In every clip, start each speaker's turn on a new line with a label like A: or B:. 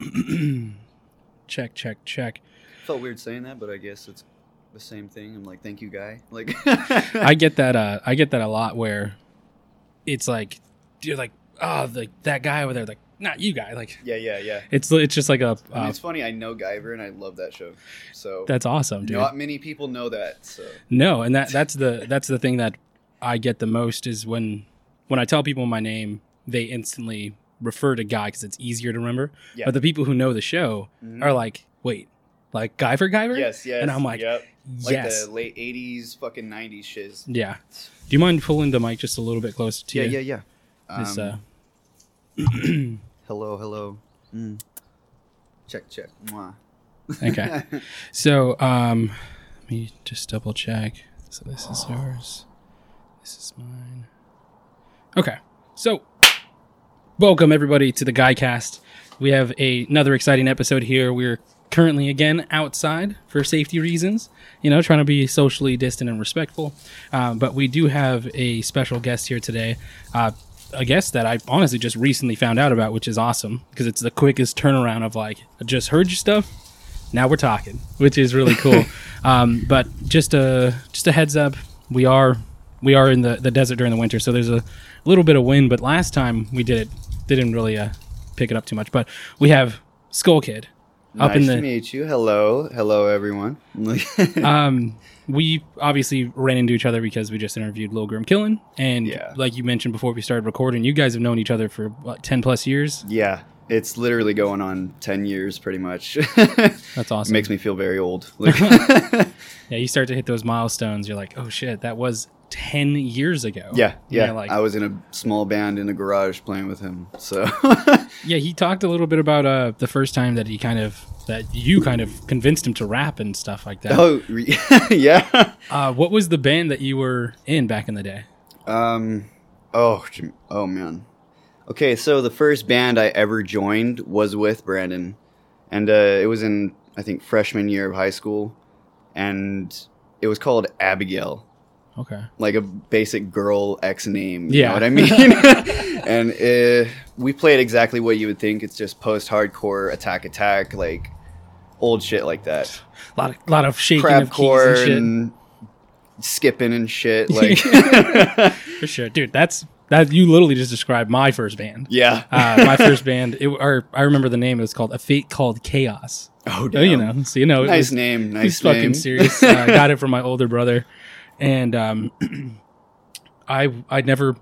A: check, check, check.
B: Felt weird saying that, but I guess it's the same thing. I'm like, thank you, guy. Like,
A: I get that. Uh, I get that a lot. Where it's like you're like, oh, like that guy over there, like not you guy. Like
B: yeah, yeah, yeah.
A: it's it's just like a.
B: I mean,
A: Uh,
B: it's funny. I know Guyver, and I love that show. So
A: that's awesome, dude.
B: not many people know that. So
A: No, and that that's the that's the thing that I get the most is when when I tell people my name, they instantly refer to Guy because it's easier to remember.
B: Yeah.
A: But the people who know the show
B: Mhm.
A: are like, wait, like Guy for Guyver?
B: yes, yes.
A: And I'm like,
B: yep. Like
A: yes,
B: the late '80s, fucking '90s shiz.
A: yeah. Do you mind pulling the mic just a little bit closer to
B: Yeah,
A: you?
B: yeah, yeah.
A: This,
B: Um,
A: uh,
B: Hello, hello. Mm. Check, check. Mwah.
A: uh, okay. so um, let me just double check. So this is yours. This is mine. Okay. So welcome everybody to the Guycast. We have a- another exciting episode here. We're currently again outside for safety reasons. You know, trying to be socially distant and respectful. Um, but we do have a special guest here today. Uh, a guest that I honestly just recently found out about, which is awesome because it's the quickest turnaround of like, I just heard your stuff, now we're talking, which is really cool. um, but just a just a heads up, we are we are in the, the desert during the winter, so there's a little bit of wind. But last time we did it, didn't really uh, pick it up too much. But we have Skull Kid up
B: nice
A: in
B: to
A: the.
B: meet you. Hello, hello, everyone. Like,
A: Um, we obviously ran into each other because we just interviewed Lil Grim Killen, and
B: Yeah.
A: like you mentioned before we started recording, you guys have known each other for what, ten plus years.
B: yeah, it's literally going on ten years, pretty much.
A: That's awesome.
B: Makes me feel very old. Like,
A: yeah, you start to hit those milestones. You're like, oh shit, that was ten years ago.
B: yeah, yeah.
A: You're like,
B: I was in a small band in a garage playing with him. So
A: Yeah, he talked a little bit about uh, the first time that he kind of that you kind of convinced him to rap and stuff like that.
B: oh re- yeah.
A: Uh, what was the band that you were in back in the day?
B: Um. Oh. Jim- Oh man. Okay. So the first band I ever joined was with Brandon, and uh, it was in I think freshman year of high school, and it was called Abigail,
A: Okay.
B: like a basic girl ex name. You
A: Yeah.
B: know what I mean. and uh, we played exactly what you would think. It's just post hardcore, attack attack, like old shit like that,
A: A lot of lot of shaking of keys
B: crabcore
A: and shit.
B: and skipping and shit. Like
A: For sure, dude. That's that. You literally just described my first band.
B: yeah.
A: Uh, my first band, it, or I remember the name. It was called A Fate Called Chaos.
B: oh,
A: Oh, you
B: damn.
A: know, so you know, it
B: Nice
A: was,
B: name. Nice
A: He's
B: name.
A: fucking serious. Uh, I got it from my older brother, and um, I I never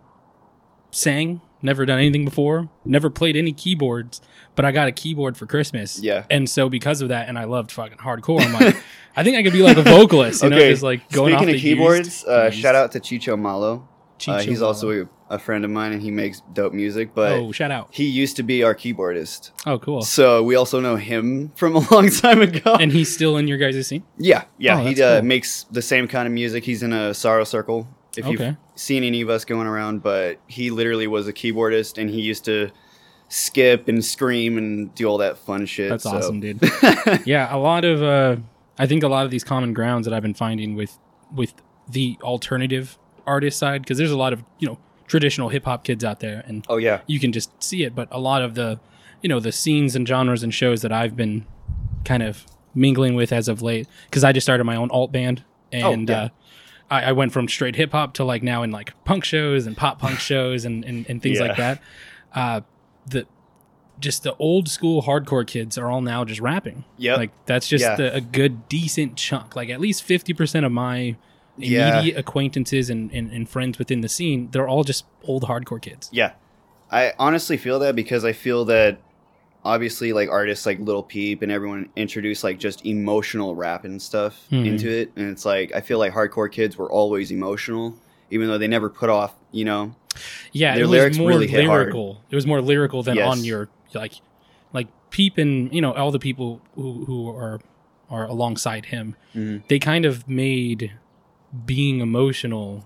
A: sang, never done anything before, never played any keyboards, but I got a keyboard for Christmas.
B: Yeah.
A: and so because of that, and I loved fucking hardcore. I'm like, I think I could be like a vocalist, you know, just like going
B: Speaking
A: off
B: of
A: the
B: keyboards,
A: used-
B: uh,
A: used-
B: shout out to Chicho Malo. uh,
A: Chicho
B: he's
A: Malo.
B: also a, a friend of mine, and he makes dope music. But
A: oh, shout out.
B: he used to be our keyboardist,
A: Oh, cool.
B: so we also know him from a long time ago.
A: And he's still in your guys' scene.
B: yeah,
A: Oh,
B: yeah, he
A: that's
B: uh,
A: cool.
B: makes the same kind of music. He's in a sorrow circle. If you've
A: Okay.
B: seen any of us going around, but he literally was a keyboardist, and he used to skip and scream and do all that fun shit.
A: That's
B: so-
A: awesome, dude. yeah, a lot of uh, I think a lot of these common grounds that I've been finding with with the alternative artist side because there's a lot of you know traditional hip hop kids out there, and
B: Oh yeah,
A: you can just see it. But a lot of the you know the scenes and genres and shows that I've been kind of mingling with as of late because I just started my own alt band and.
B: Oh, yeah.
A: uh, I, I went from straight hip hop to like now in like punk shows and pop punk shows and, and, and things
B: Yeah.
A: like that. Uh, the just the old school hardcore kids are all now just rapping.
B: Yep.
A: like that's just
B: Yeah.
A: the, a good decent chunk. Like at least fifty percent of my
B: Yeah.
A: immediate acquaintances and, and, and friends within the scene, they're all just old hardcore kids.
B: Yeah. I honestly feel that because I feel that obviously like artists like Little Peep and everyone introduced like just emotional rap and stuff
A: Mhm.
B: into it and it's like I feel like hardcore kids were always emotional even though they never put off, you know.
A: Yeah,
B: Their
A: it
B: lyrics
A: was more
B: really hit hard.
A: lyrical. It was more lyrical than
B: Yes.
A: on your like like Peep and you know all the people who who are are alongside him.
B: Mm-hmm.
A: They kind of made being emotional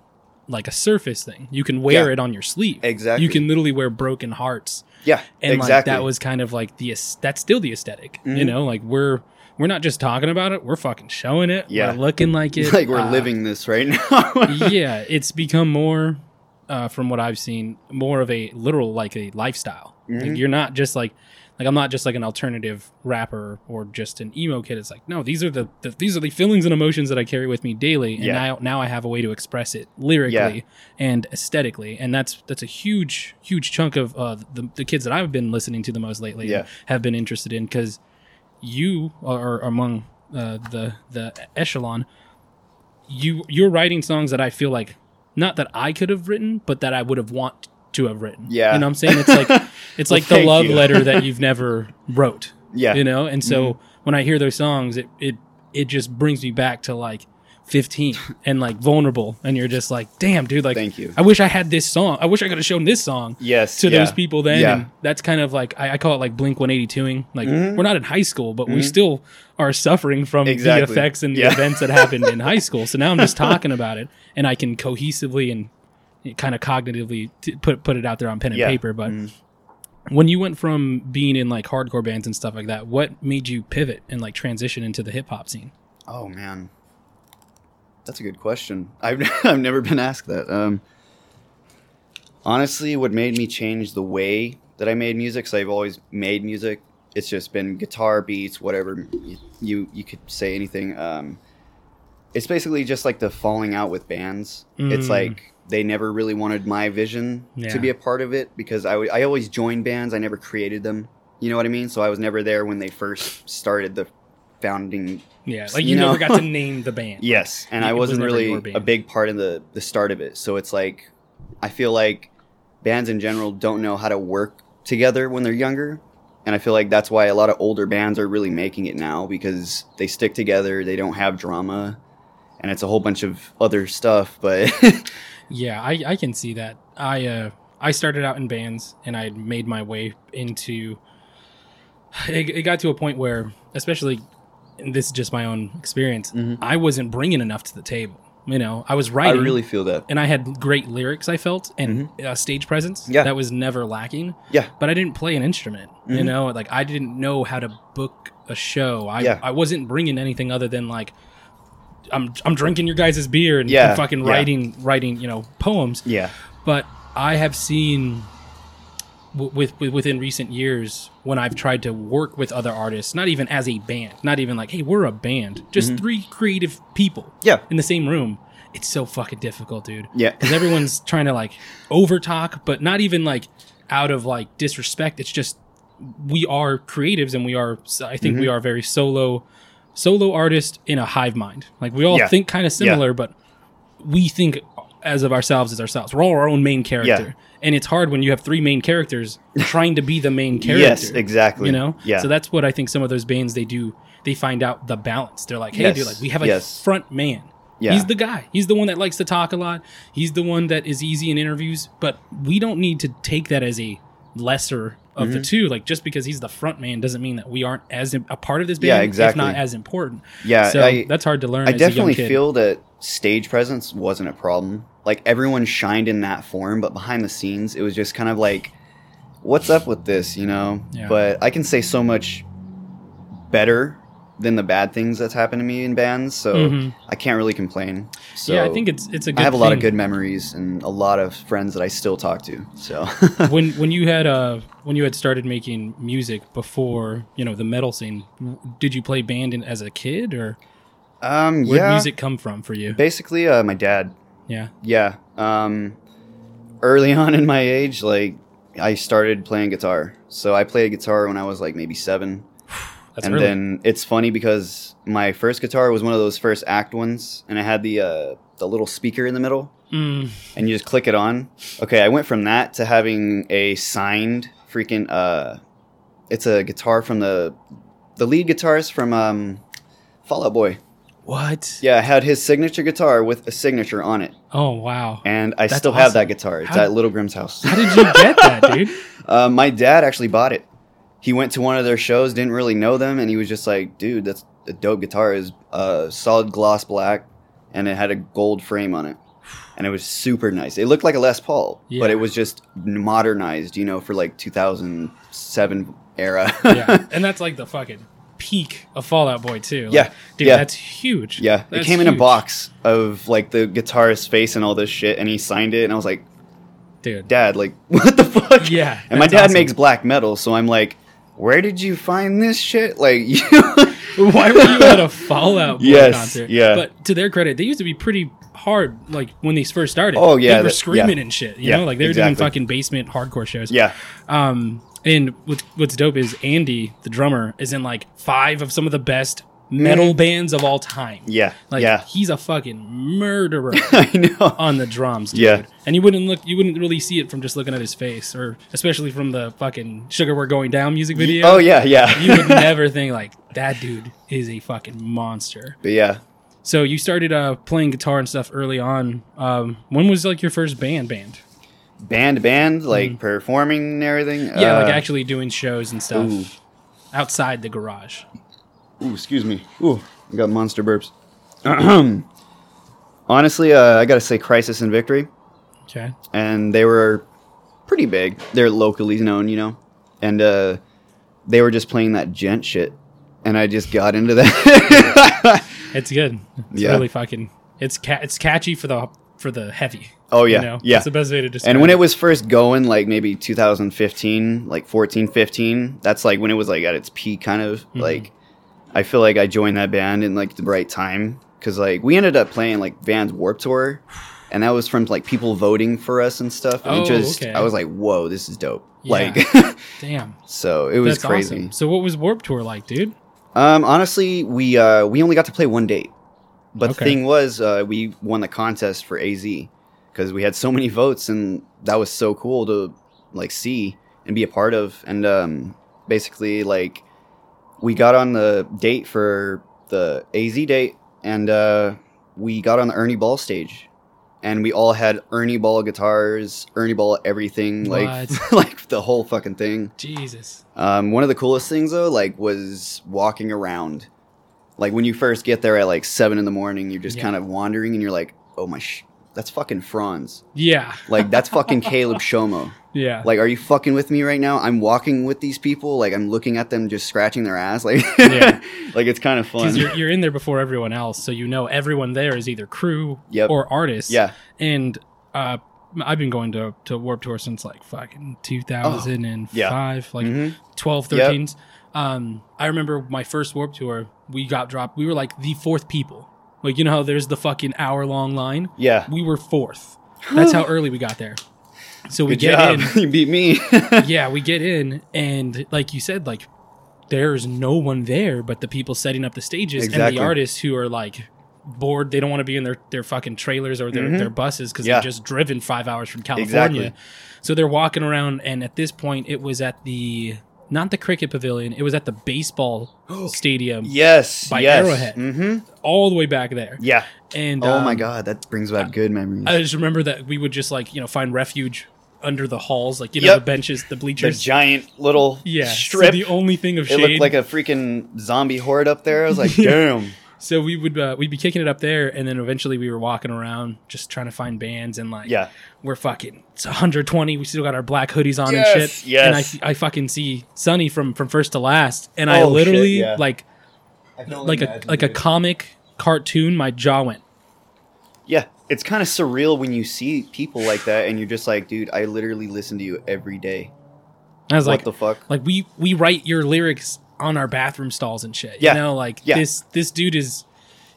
A: like a surface thing. You can wear
B: Yeah.
A: it on your sleeve.
B: Exactly.
A: You can literally wear broken hearts
B: Yeah,
A: and
B: exactly.
A: like that was kind of like the aes- that's still the esthetic you
B: Mhm.
A: know like we're we're not just talking about it we're fucking showing it
B: Yeah.
A: we're looking like it
B: like we're
A: Uh,
B: living this right now.
A: yeah it's become more uh, from what i've seen more of a literal like a lifestyle Like,
B: Mhm.
A: you're not just like Like I'm not just like an alternative rapper or just an emo kid. It's like no, these are the, the these are the feelings and emotions that I carry with me daily, and
B: Yeah.
A: now now I have a way to express it lyrically and aesthetically, and that's that's a huge huge chunk of uh, the the kids that I've been listening to the most lately
B: Yeah.
A: have been interested in because you are among uh, the the echelon. You you're writing songs that I feel like not that I could have written, but that I would have want to have written.
B: Yeah.
A: you know what I'm saying it's like it's like the
B: thank
A: love
B: you.
A: letter that you've never wrote.
B: Yeah. Mm-hmm.
A: you know, and so when I hear those songs, it it it just brings me back to like. 15 and like vulnerable and you're just like damn dude like
B: Thank you.
A: i wish i had this song i wish i could have shown this song
B: Yes,
A: to those
B: yeah.
A: people then
B: Yeah.
A: and that's kind of like I, I call it like blink 182ing like
B: Mm-hmm.
A: we're not in high school but we still are suffering from the
B: Exactly.
A: effects and
B: Yeah.
A: the events that happened in high school so now i'm just talking about it and i can cohesively and kind of cognitively t- put put it out there on pen and
B: Yeah. Mm.
A: paper but when you went from being in like hardcore bands and stuff like that what made you pivot and like transition into the hip-hop scene
B: Oh man, that's a good question. I've I've never been asked that. Um, honestly, what made me change the way that I made music? Because I've always made music. It's just been guitar beats, whatever you you, you could say anything. Um, it's basically just like the falling out with bands. It's
A: Mm.
B: like they never really wanted my vision
A: Yeah.
B: to be a part of it because I, w- I always joined bands. I never created them. You know what I mean? So I was never there when they first started the founding
A: yeah like you
B: No.
A: never got to name the band
B: Yes, and
A: It
B: I
A: was
B: wasn't
A: never
B: really
A: your band.
B: a big part of the the start of it. So it's like I feel like bands in general don't know how to work together when they're younger, and I feel like that's why a lot of older bands are really making it now because they stick together, they don't have drama, and it's a whole bunch of other stuff. But
A: Yeah, I, I can see that. I uh, I started out in bands and I made my way into. It, it got to a point where, especially, and this is just my own experience. I wasn't bringing enough to the table. You know, I was
B: I
A: Mm-hmm. writing,
B: really feel that.
A: and I had great lyrics. I felt and uh, stage presence.
B: Mm-hmm. Yeah.
A: that was never lacking.
B: Yeah. Mm-hmm.
A: but I didn't play an instrument. You know, like I didn't know how to book a show. I
B: Yeah.
A: I wasn't bringing anything other than like. I'm, I'm drinking your guys' beer and, and
B: Yeah,
A: fucking
B: yeah.
A: writing writing you know poems
B: Yeah,
A: but I have seen w- with, with within recent years when I've tried to work with other artists, not even as a band, not even like, hey, we're a band, just three creative people,
B: Mm-hmm. Yeah.
A: in the same room. It's so fucking difficult, dude.
B: Yeah.
A: because everyone's trying to like over talk, but not even like out of like disrespect. It's just we are creatives and we are i think
B: Mm-hmm.
A: we are very solo solo artist in a hive mind like we all
B: Yeah.
A: think kind of similar but we think as of ourselves as ourselves we're all our own main character and it's hard when you have three main characters trying to be the main character
B: Yes, exactly.
A: you know
B: Yeah.
A: so that's what i think some of those bands they do they find out the balance they're like hey
B: Yes,
A: dude like we have a
B: yes.
A: front man
B: Yeah.
A: He's the guy. He's the one that likes to talk a lot. He's the one that is easy in interviews, but we don't need to take that as a lesser of
B: Mm-hmm.
A: the two. Like just because he's the front man doesn't mean that we aren't as im- a part of this band,
B: Yeah,
A: if
B: exactly.
A: not as important.
B: Yeah,
A: so
B: I-
A: that's hard to learn.
B: I
A: as a young
B: definitely
A: kid.
B: feel that stage presence wasn't a problem. Like everyone shined in that form, but behind the scenes, it was just kind of like, what's up with this, you know?
A: Yeah.
B: But I can say so much better than the bad things that's happened to me in bands, so
A: Mhm.
B: I can't really complain. So
A: yeah, I think it's it's a good.
B: I have a lot of
A: thing.
B: good memories and a lot of friends that I still talk to. So
A: when when you had uh when you had started making music before you know the metal scene, w- did you play band in, as a kid or
B: um
A: where did
B: yeah,
A: music come from for you?
B: basically uh, my dad
A: yeah,
B: Yeah. Um, early on in my age, like I started playing guitar. So I played guitar when I was like maybe seven.
A: that's
B: and
A: early.
B: then it's funny because my first guitar was one of those first act ones, and it had the uh, the little speaker in the middle,
A: Mm,
B: and you just click it on. Okay, I went from that to having a signed freaking. Uh, it's a guitar from the the lead guitarist from um, Fallout Boy.
A: what?
B: Yeah, I had his signature guitar with a signature on it
A: Oh wow.
B: and I
A: That's
B: still
A: awesome.
B: have that guitar. It's
A: How-
B: at Little Grimm's house.
A: How did you get that, dude?
B: uh, my dad actually bought it. He went to one of their shows, didn't really know them, and he was just like, "Dude, that's a dope guitar. Is uh, solid gloss black, and it had a gold frame on it, and it was super nice. It looked like a Les Paul,
A: Yeah.
B: but it was just modernized, you know, for like 2007 era.
A: yeah, and that's like the fucking peak of Fallout Boy too. Like,
B: Yeah,
A: dude,
B: yeah.
A: that's huge.
B: Yeah,
A: That's
B: it came in a
A: huge.
B: box of like the guitarist's face and all this shit, and he signed it, and I was like,
A: dude.
B: dad, like, what the fuck?
A: Yeah,
B: And my
A: that's
B: dad
A: awesome.
B: makes black metal, so I'm like, where did you find this shit? Like, you
A: Why were you at a Fallout Boy
B: Yes,
A: concert?
B: yeah.
A: But to their credit, they used to be pretty hard. Like when these first started.
B: Oh, yeah,
A: they were
B: that-
A: screaming
B: yeah.
A: and shit. You
B: Yeah,
A: know, like they were doing
B: exactly.
A: fucking basement hardcore shows.
B: yeah,
A: Um, and what's what's dope is Andy, the drummer, is in like five of some of the best metal bands of all time.
B: Mm. yeah,
A: Like
B: yeah.
A: he's a fucking murderer
B: I know.
A: on the drums, dude.
B: Yeah.
A: And you wouldn't look you wouldn't really see it from just looking at his face or especially from the fucking Sugar We're Going Down music video.
B: Oh yeah, yeah.
A: you would never think like that dude is a fucking monster.
B: but yeah,
A: So you started uh playing guitar and stuff early on. Um when was like your first band band?
B: band, band, like performing and everything.
A: Hmm. Yeah,
B: uh,
A: like actually doing shows and stuff
B: ooh.
A: outside the garage.
B: Ooh, excuse me. Ooh, I got monster burps. Honestly, uh, I gotta say, Crisis and Victory,
A: Okay.
B: and they were pretty big. They're locally known, you know, and uh, they were just playing that gent shit, and I just got into that.
A: It's good. It's
B: Yeah.
A: really fucking it's ca- it's catchy for the for the heavy.
B: oh yeah,
A: you know?
B: yeah.
A: It's the best way to describe
B: And when
A: it.
B: it was first going, like maybe 2015, like 14, 15, that's like when it was like at its peak, kind of.
A: Mm-hmm.
B: Like, I feel like I joined that band in like the right time because like we ended up playing like Van's Warp Tour, and that was from like people voting for us and stuff. And
A: Oh,
B: it just,
A: okay.
B: I was like, whoa, this is dope.
A: Yeah.
B: Like,
A: Damn.
B: so it was
A: That's
B: crazy.
A: awesome. So what was Warp Tour like, dude?
B: Um, honestly, we uh, we only got to play one date, but
A: Okay.
B: the thing was, uh, we won the contest for AZ because we had so many votes, and that was so cool to like see and be a part of. And um, basically, like we got on the date for the AZ date, and uh, we got on the Ernie Ball stage. And we all had Ernie Ball guitars, Ernie Ball everything, like like the whole fucking thing.
A: Jesus.
B: Um, one of the coolest things though, like, was walking around. Like when you first get there at like seven in the morning, you're just
A: Yeah.
B: kind of wandering, and you're like, "Oh my, sh- that's fucking Franz.
A: Yeah.
B: Like that's fucking Caleb Shomo.
A: Yeah.
B: Like, are you fucking with me right now? I'm walking with these people. Like I'm looking at them, just scratching their ass. Like,
A: Yeah.
B: like it's kind of
A: because
B: fun.
A: you're, you're in there before everyone else, so you know everyone there is either crew
B: Yep.
A: or artists.
B: Yeah,
A: and uh, I've been going to to Warp Tour since like fucking 2005, like
B: Mhm.
A: 12,
B: Yep.
A: 13s. Um, I remember my first Warp Tour, we got dropped. We were like the fourth people. Like you know how there's the fucking hour long line.
B: yeah.
A: We were fourth. That's how early we got there. So we
B: Good
A: get
B: job.
A: in
B: you beat me.
A: yeah, we get in, and like you said, like there's no one there but the people setting up the stages and
B: Exactly.
A: the artists who are like bored. They don't want to be in their their fucking trailers or their their buses because
B: Mm-hmm. Yeah.
A: they've just driven five hours from California.
B: Exactly.
A: So they're walking around, and at this point, it was at the not the cricket pavilion. It was at the baseball stadium,
B: yes.
A: By
B: yes.
A: Arrowhead.
B: Mm-hmm.
A: all the way back there.
B: Yeah.
A: And
B: Oh
A: um, uh,
B: my god, that brings back good memories.
A: I just remember that we would just like you know find refuge under the halls, like you know
B: Yep.
A: the benches, the
B: the
A: bleachers.
B: giant little
A: yeah, so
B: strip.
A: the only thing of
B: It
A: shade.
B: looked like a freaking zombie horde up there. I was like, damn.
A: So we would uh, we'd be kicking it up there, and then eventually we were walking around just trying to find bands, and like
B: Yeah.
A: we're fucking it's 120. We still got our black hoodies on and
B: Yes,
A: shit.
B: yes.
A: And I, I fucking see Sunny from from first to last, and I
B: Oh, shit,
A: literally
B: yeah.
A: like like a like a comic cartoon. My jaw went.
B: Yeah. It's kind of surreal when you see people like that and you're just like, dude, I literally listen to you every day.
A: I was
B: What
A: like,
B: the fuck?
A: like we we write your lyrics on our bathroom stalls and shit.
B: Yeah.
A: You know, like
B: Yeah.
A: this this dude is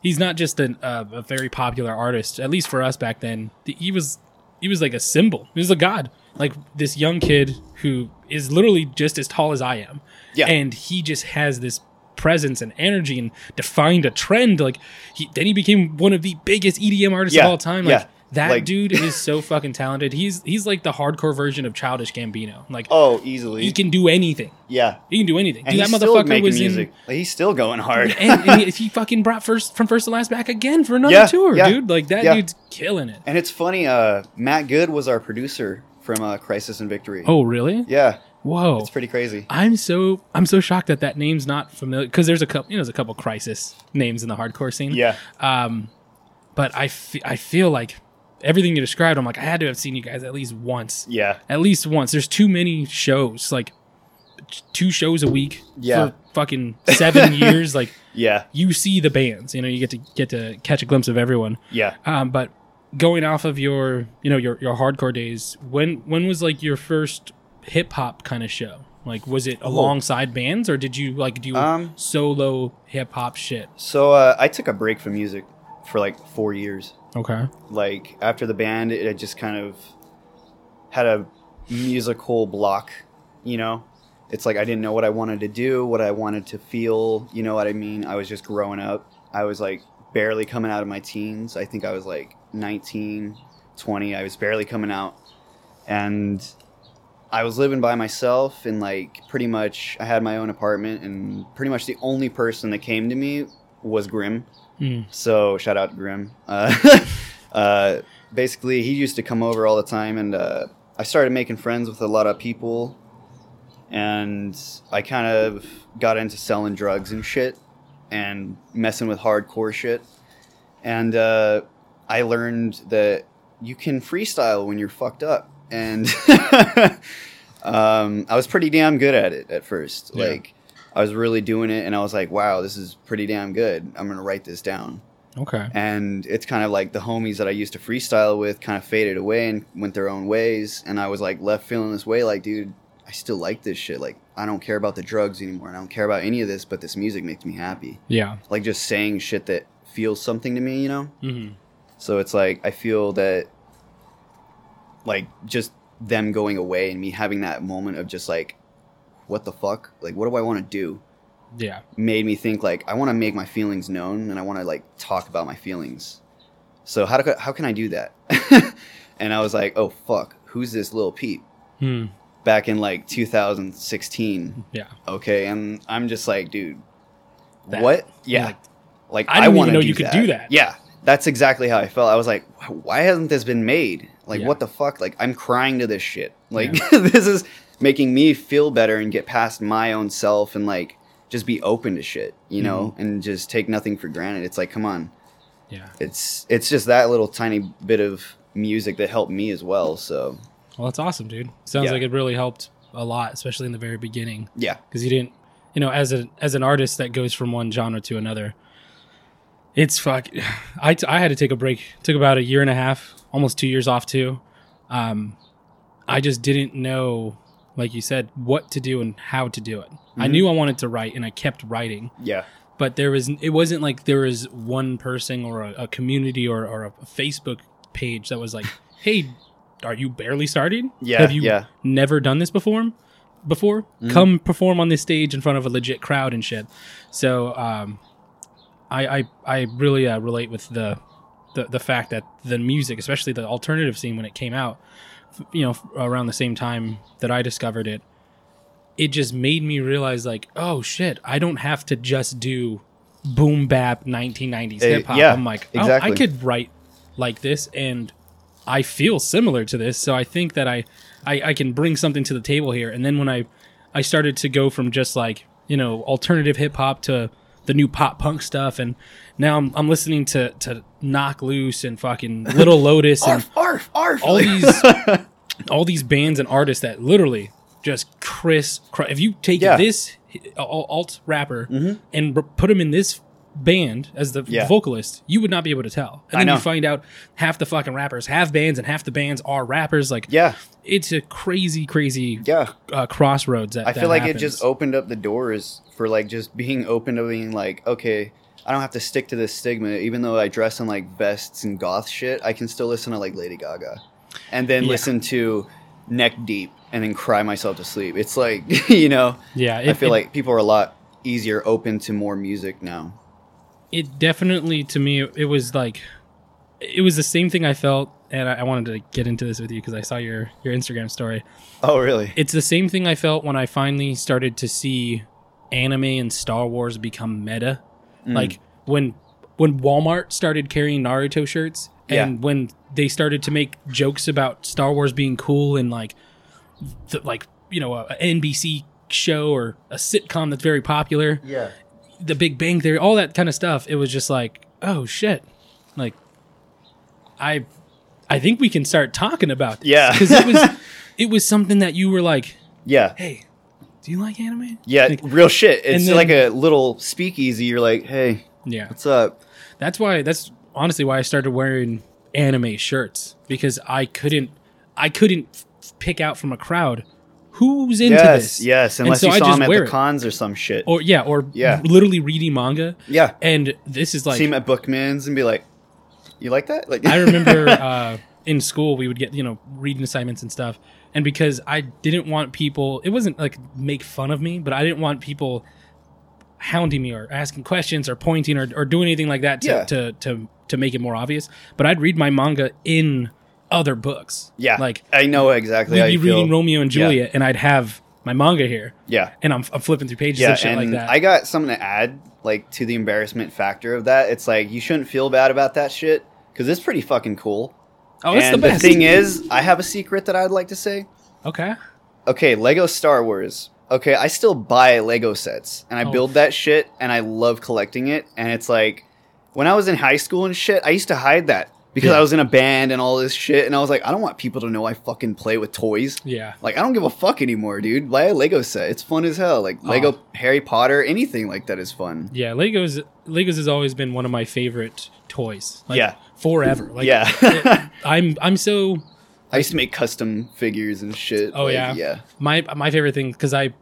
A: he's not just an, uh, a very popular artist, at least for us back then. The- He was he was like a symbol. He was a god. Like this young kid who is literally just as tall as I am.
B: Yeah.
A: And he just has this presence and energy and defined a trend. Like he then he became one of the biggest EDM artists
B: Yeah.
A: of all time. Like
B: Yeah.
A: that
B: Like-
A: dude is so fucking talented. He's he's like the hardcore version of childish Gambino. Like
B: Oh, easily.
A: he can do anything.
B: yeah.
A: He can do anything.
B: And
A: Dude, that
B: he's still
A: motherfucker
B: making
A: was
B: music.
A: in.
B: Like, he's still going hard.
A: And, and he, he fucking brought first from first to last back again for another
B: Yeah,
A: tour,
B: yeah,
A: dude. Like that
B: yeah.
A: dude's killing it.
B: And it's funny, uh, Matt Good was our producer from uh, Crisis and Victory.
A: Oh, really?
B: Yeah.
A: Whoa.
B: It's pretty crazy.
A: I'm so I'm so shocked that that name's not familiar because there's a couple you know there's a couple crisis names in the hardcore scene.
B: Yeah.
A: Um, but I fe- I feel like everything you described, I'm like I had to have seen you guys at least once.
B: Yeah.
A: At least once. There's too many shows, like t- two shows a week
B: Yeah.
A: for fucking seven years. Like
B: Yeah.
A: you see the bands, you know, you get to get to catch a glimpse of everyone.
B: Yeah.
A: Um, but going off of your, you know, your, your hardcore days, when when was like your first hip hop kind of show? Like, was it alongside bands, or did you like do
B: Um,
A: solo hip hop shit?
B: So uh, I took a break from music for like four years.
A: Okay.
B: Like after the band, it had just kind of had a musical block. You know, it's like I didn't know what I wanted to do, what I wanted to feel. You know what I mean? I was just growing up. I was like barely coming out of my teens. I think I was like 19, 20. I was barely coming out, and I was living by myself and like pretty much I had my own apartment and pretty much the only person that came to me was Grim.
A: Mm.
B: So shout out to Grim. Uh, uh, basically, he used to come over all the time and uh, I started making friends with a lot of people and I kind of got into selling drugs and shit and messing with hardcore shit. And uh, I learned that you can freestyle when you're fucked up. And um, I was pretty damn good at it at first.
A: Yeah.
B: Like, I was really doing it, and I was like, wow, this is pretty damn good. I'm going to write this down.
A: Okay.
B: And it's kind of like the homies that I used to freestyle with kind of faded away and went their own ways. And I was like left feeling this way, like, dude, I still like this shit. Like, I don't care about the drugs anymore. And I don't care about any of this, but this music makes me happy.
A: Yeah.
B: Like, just saying shit that feels something to me, you know?
A: hmm
B: So it's like, I feel that, like, just them going away and me having that moment of just like, what the fuck? Like, what do I want to do?
A: Yeah.
B: made me think like I want to make my feelings known and I want to like talk about my feelings. So how do, how can I do that? and I was like, oh fuck, who's this little peep?
A: Hmm.
B: Back in like 2016.
A: Yeah.
B: Okay, and I'm just like, dude,
A: That-
B: what? Yeah,
A: Like,
B: like,
A: I
B: I,
A: didn't even
B: want to
A: know
B: do
A: you could
B: that.
A: do that.
B: Yeah, that's exactly how I felt. I was like, "Wh- why hasn't this been made? Like,
A: Yeah.
B: what the fuck? Like, I'm crying to this shit. Like, this is making me feel better and get past my own self and like just be open to shit, you know,
A: Mm-hmm.
B: and just take nothing for granted. It's like, come on,
A: yeah.
B: it's it's just that little tiny bit of music that helped me as well. So
A: Well, that's awesome, dude. Sounds
B: Yeah.
A: like it really helped a lot, especially in the very beginning,
B: yeah,
A: because you didn't, you know, as a as an artist that goes from one genre to another. It's fuck. I, t- I had to take a break. Took about a year and a half, almost two years off too. Um, I just didn't know, like you said, what to do and how to do it. I
B: Mhm.
A: knew I wanted to write, and I kept writing.
B: yeah,
A: but there was it wasn't like there was one person or a, a community or, or a Facebook page that was like, "Hey, are you barely starting?
B: Yeah,
A: have you
B: yeah. Mm.
A: never done this before? Before come perform on this stage in front of a legit crowd and shit." So um, I I, I really uh, relate with the, the the fact that the music, especially the alternative scene when it came out, f- you know, f- around the same time that I discovered it. It just made me realize, like, oh shit, I don't have to just do boom bap 1990s
B: Eh,
A: hip hop.
B: yeah,
A: I'm like, oh,
B: exactly.
A: I could write like this, and I feel similar to this. So I think that I, I, I can bring something to the table here. And then when I, I started to go from just like you know alternative hip hop to the new pop punk stuff, and now I'm, I'm listening to to Knock Loose and fucking Little Lotus and
B: arf arf arf.
A: all these all these bands and artists that literally just Chris. If you take
B: Yeah. Mm-hmm.
A: this uh, alt rapper and r- put him in this band as the
B: Yeah.
A: vocalist, you would not be able to tell. And
B: I
A: then you
B: know.
A: find out half the fucking rappers have bands, and half the bands are rappers. Like,
B: yeah,
A: it's a crazy, crazy
B: yeah.
A: uh, crossroads. That
B: I
A: that
B: feel like it
A: happens.
B: just opened up the doors for like just being open to being like, okay, I don't have to stick to this stigma. Even though I dress in like vests and goth shit, I can still listen to like Lady Gaga, and then
A: Yeah.
B: listen to Neck Deep, and then cry myself to sleep. It's like you know,
A: yeah.
B: I
A: it-
B: feel
A: it-
B: like people are a lot easier open to more music now.
A: it definitely to me it was like it was the same thing I felt, and I, I wanted to get into this with you because I saw your your Instagram story.
B: Oh really?
A: It's the same thing I felt when I finally started to see anime and Star Wars become meta.
B: Mm.
A: Like when when Walmart started carrying Naruto shirts and
B: Yeah.
A: when they started to make jokes about Star Wars being cool and like the, like you know a, a NBC show or a sitcom that's very popular
B: Yeah.
A: the Big Bang Theory, all that kind of stuff. It was just like, oh shit, like I, I think we can start talking about this.
B: Yeah.
A: because it was, it was something that you were like,
B: Yeah.
A: hey, do you like anime?
B: Yeah,
A: Like,
B: real shit. It's
A: then-
B: like a little speakeasy. You're like, hey,
A: yeah.
B: what's up?
A: That's why. That's honestly why I started wearing anime shirts because I couldn't, I couldn't f- pick out from a crowd who's into
B: yes,
A: this?
B: yes.
A: And
B: Unless
A: so
B: you
A: I
B: saw
A: just
B: him at
A: wear
B: the
A: it.
B: cons or some shit.
A: Or yeah, or
B: Yeah.
A: literally reading manga.
B: yeah,
A: And this is like
B: see him at Bookman's and be like, "You like that?" Like
A: I remember uh, in school we would get you know reading assignments and stuff, and because I didn't want people, it wasn't like make fun of me, but I didn't want people hounding me or asking questions or pointing or, or doing anything like that to,
B: Yeah.
A: to to to make it more obvious. But I'd read my manga in other books.
B: yeah,
A: like
B: I know exactly.
A: we'd
B: how
A: be
B: you
A: reading
B: feel.
A: Romeo and
B: Yeah.
A: Juliet, and I'd have my manga here,
B: yeah,
A: and I'm, I'm flipping through pages
B: yeah.
A: and shit
B: And
A: like that.
B: I got something to add, like to the embarrassment factor of that. It's like you shouldn't feel bad about that shit because it's pretty fucking cool.
A: oh, it's
B: and
A: the best
B: thing is, I have a secret that I'd like to say.
A: Okay,
B: Okay, Lego Star Wars. Okay, I still buy Lego sets and I
A: Oh.
B: build that shit and I love collecting it. And it's like when I was in high school and shit, I used to hide that because
A: Yeah.
B: I was in a band and all this shit. And I was like, I don't want people to know I fucking play with toys.
A: yeah.
B: Like, I don't give a fuck anymore, dude. Buy a Lego set. It's fun as hell. Like, Lego
A: Oh.
B: Harry Potter, anything like that is fun.
A: Yeah, Legos Legos has always been one of my favorite toys. Like,
B: Yeah.
A: forever. Like
B: Yeah.
A: I'm I'm so
B: I used to make custom figures and shit.
A: Oh,
B: Like,
A: yeah.
B: Yeah.
A: my my favorite thing because I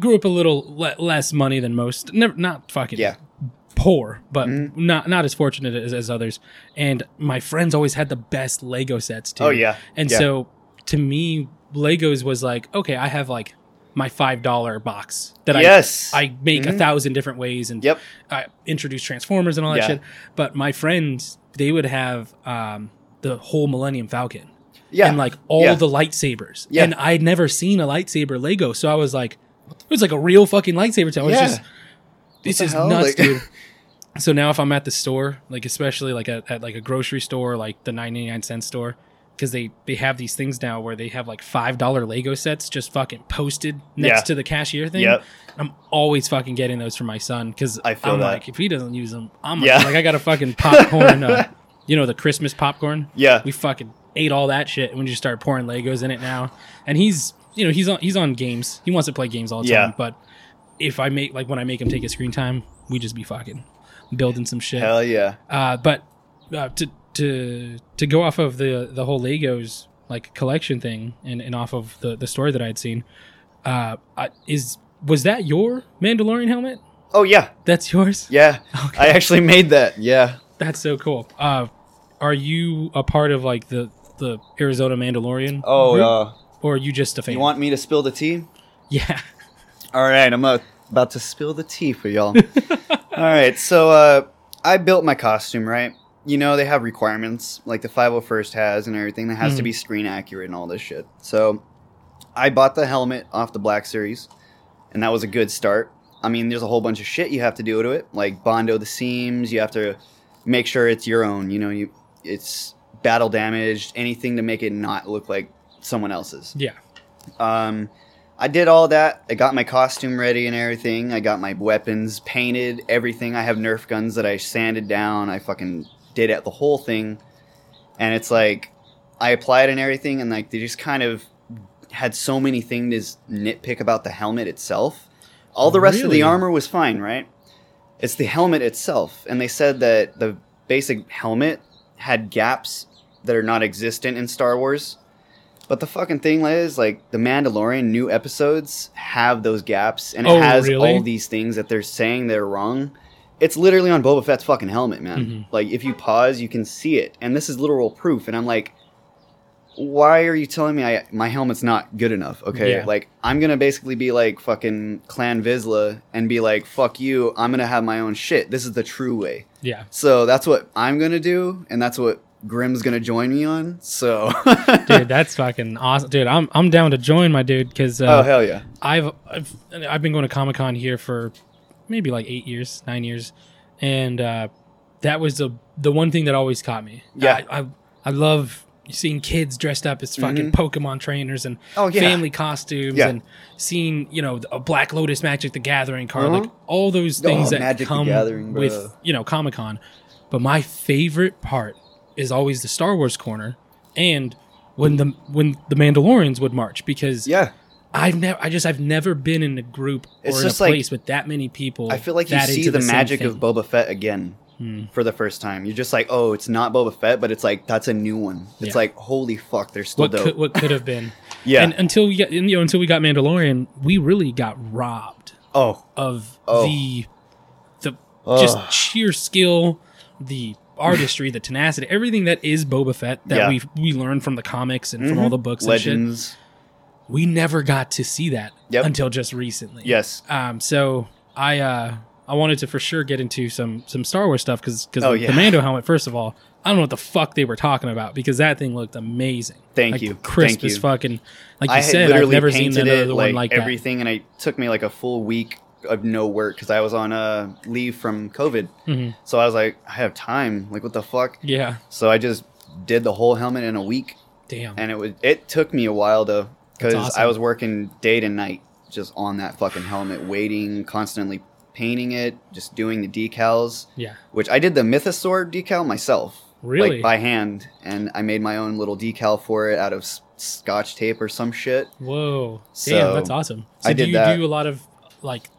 A: grew up a little le- less money than most. Never not fucking
B: Yeah. Mm-hmm.
A: poor, but not not as fortunate as, as others. And my friends always had the best Lego sets too.
B: Oh, yeah.
A: And
B: Yeah.
A: so to me, Legos was like okay, I have like my five dollar box that
B: Yes. Mm-hmm.
A: I I make a thousand different ways and
B: Yep.
A: I introduced Transformers and all that
B: Yeah.
A: shit. But my friends, they would have um, the whole Millennium Falcon
B: Yeah.
A: and like all
B: Yeah.
A: the lightsabers.
B: Yeah.
A: And I'd never seen a lightsaber Lego, so I was like, it was like a real fucking lightsaber. Tower. I was
B: Yeah.
A: just, this
B: the
A: is
B: hell?
A: nuts,
B: Like-
A: dude. So now if I'm at the store, like especially like at, at like a grocery store, like the 99 cent store, because they they have these things now where they have like five dollar Lego sets just fucking posted next
B: Yeah.
A: to the cashier thing.
B: Yep.
A: I'm always fucking getting those for my son because
B: I feel
A: I'm
B: that.
A: like if he doesn't use them, I'm
B: Yeah.
A: like I got a fucking popcorn. uh, you know the Christmas popcorn.
B: Yeah.
A: We fucking ate all that shit and we just started pouring Legos in it now. And he's you know, he's on he's on games. He wants to play games all the
B: Yeah.
A: time. But if I make like when I make him take a screen time, we just be fucking building some shit.
B: Hell yeah.
A: Uh, but uh, to to to go off of the the whole Legos like collection thing and, and off of the, the story that I had seen, uh, I, is was that your Mandalorian helmet?
B: Oh, yeah.
A: That's yours.
B: Yeah.
A: Okay.
B: I actually made that. Yeah.
A: That's so cool. Uh, are you a part of like the the Arizona Mandalorian?
B: Oh,
A: group?
B: uh,
A: or are you just a fan?
B: you want me to spill the tea?
A: yeah.
B: All right, I'm uh, about to spill the tea for y'all. All right, so uh, I built my costume, right? You know, they have requirements like the 501st has and everything that has to
A: Mhm.
B: be screen accurate and all this shit. So I bought the helmet off the Black Series, and that was a good start. I mean, there's a whole bunch of shit you have to do to it, like bondo the seams, you have to make sure it's your own, you know, you it's battle damaged, anything to make it not look like someone else's.
A: Yeah.
B: Um, I did all that. I got my costume ready and everything. I got my weapons painted, everything. I have Nerf guns that I sanded down. I fucking did it, the whole thing. And it's like, I applied and everything, and like, they just kind of had so many things to nitpick about the helmet itself. All the rest of
A: Really?
B: the armor was fine, right? It's the helmet itself. And they said that the basic helmet had gaps that are not existent in Star Wars. But the fucking thing is, like, the Mandalorian new episodes have those gaps, and it
A: Oh,
B: has
A: really?
B: all these things that they're saying they're wrong. It's literally on Boba Fett's fucking helmet, man.
A: Mhm.
B: Like, if you pause, you can see it, and this is literal proof. And I'm like, why are you telling me I, my helmet's not good enough? Okay,
A: Yeah.
B: like, I'm gonna basically be like fucking Clan Vizsla and be like, fuck you, I'm gonna have my own shit. This is the true way.
A: Yeah.
B: So that's what I'm gonna do, and that's what Grimm's gonna join me on. So,
A: Dude, that's fucking awesome. Dude, I'm I'm down to join my dude cuz uh,
B: oh hell yeah.
A: I've, I've I've been going to Comic Con here for maybe like eight years, nine years, and uh, that was the the one thing that always caught me.
B: Yeah.
A: I I, I love seeing kids dressed up as fucking Pokemon trainers and
B: Mm-hmm. Oh, yeah.
A: family costumes
B: Yeah.
A: and seeing you know a Black Lotus Magic the Gathering card,
B: Uh-huh.
A: like all those
B: Oh,
A: things that
B: Magic the
A: come
B: Gathering,
A: with
B: bro.
A: you know Comic Con. But my favorite part is always the Star Wars corner and when the when the Mandalorians would march because
B: Yeah.
A: I've never, I just, I've never been in a group or
B: It's
A: in a
B: just like-
A: place with that many people.
B: I feel like you
A: that
B: see
A: into
B: the,
A: same
B: magic
A: thing. Hmm.
B: of Boba Fett again for the first time. You're just like, oh, it's not Boba Fett, but it's like that's a new one. It's
A: Yeah.
B: like, holy fuck, they're still
A: what
B: dope.
A: could, what could have been.
B: Yeah.
A: And uh, until we got, and, you know, until we got Mandalorian, we really got robbed
B: oh,
A: of
B: Oh.
A: the the just
B: Ugh.
A: sheer skill, the artistry, the tenacity, everything that is Boba Fett that
B: Yeah. Mm-hmm.
A: we we we learned from the comics and from all the books and shit.
B: legends.
A: We never got to see that
B: Yep.
A: until just recently.
B: Yes.
A: Um, so I uh, I wanted to for sure get into some some Star Wars stuff because because
B: Oh,
A: the,
B: yeah.
A: the Mando helmet. First of all, I don't know what the fuck they were talking about because that thing looked amazing.
B: Thank
A: Like,
B: you.
A: Crisp
B: Thank
A: as
B: you.
A: fucking. Like you
B: I had
A: said, I've
B: literally
A: never seen
B: painted
A: another
B: it
A: one
B: like,
A: like that.
B: everything, and it took me like a full week of no work because I was on uh, leave from COVID.
A: Mhm.
B: So I was like, I have time. Like, what the fuck?
A: Yeah.
B: So I just did the whole helmet in a week,
A: Damn.
B: and it was it took me a while though because
A: That's awesome.
B: I was working day to night just on that fucking helmet, waiting, constantly painting it, just doing the decals.
A: yeah.
B: Which I did the Mythosaur decal myself,
A: Really?
B: like by hand, and I made my own little decal for it out of s- scotch tape or some shit.
A: Whoa. Damn,
B: So,
A: that's awesome. So
B: I
A: do
B: did
A: you
B: that.
A: do a lot of like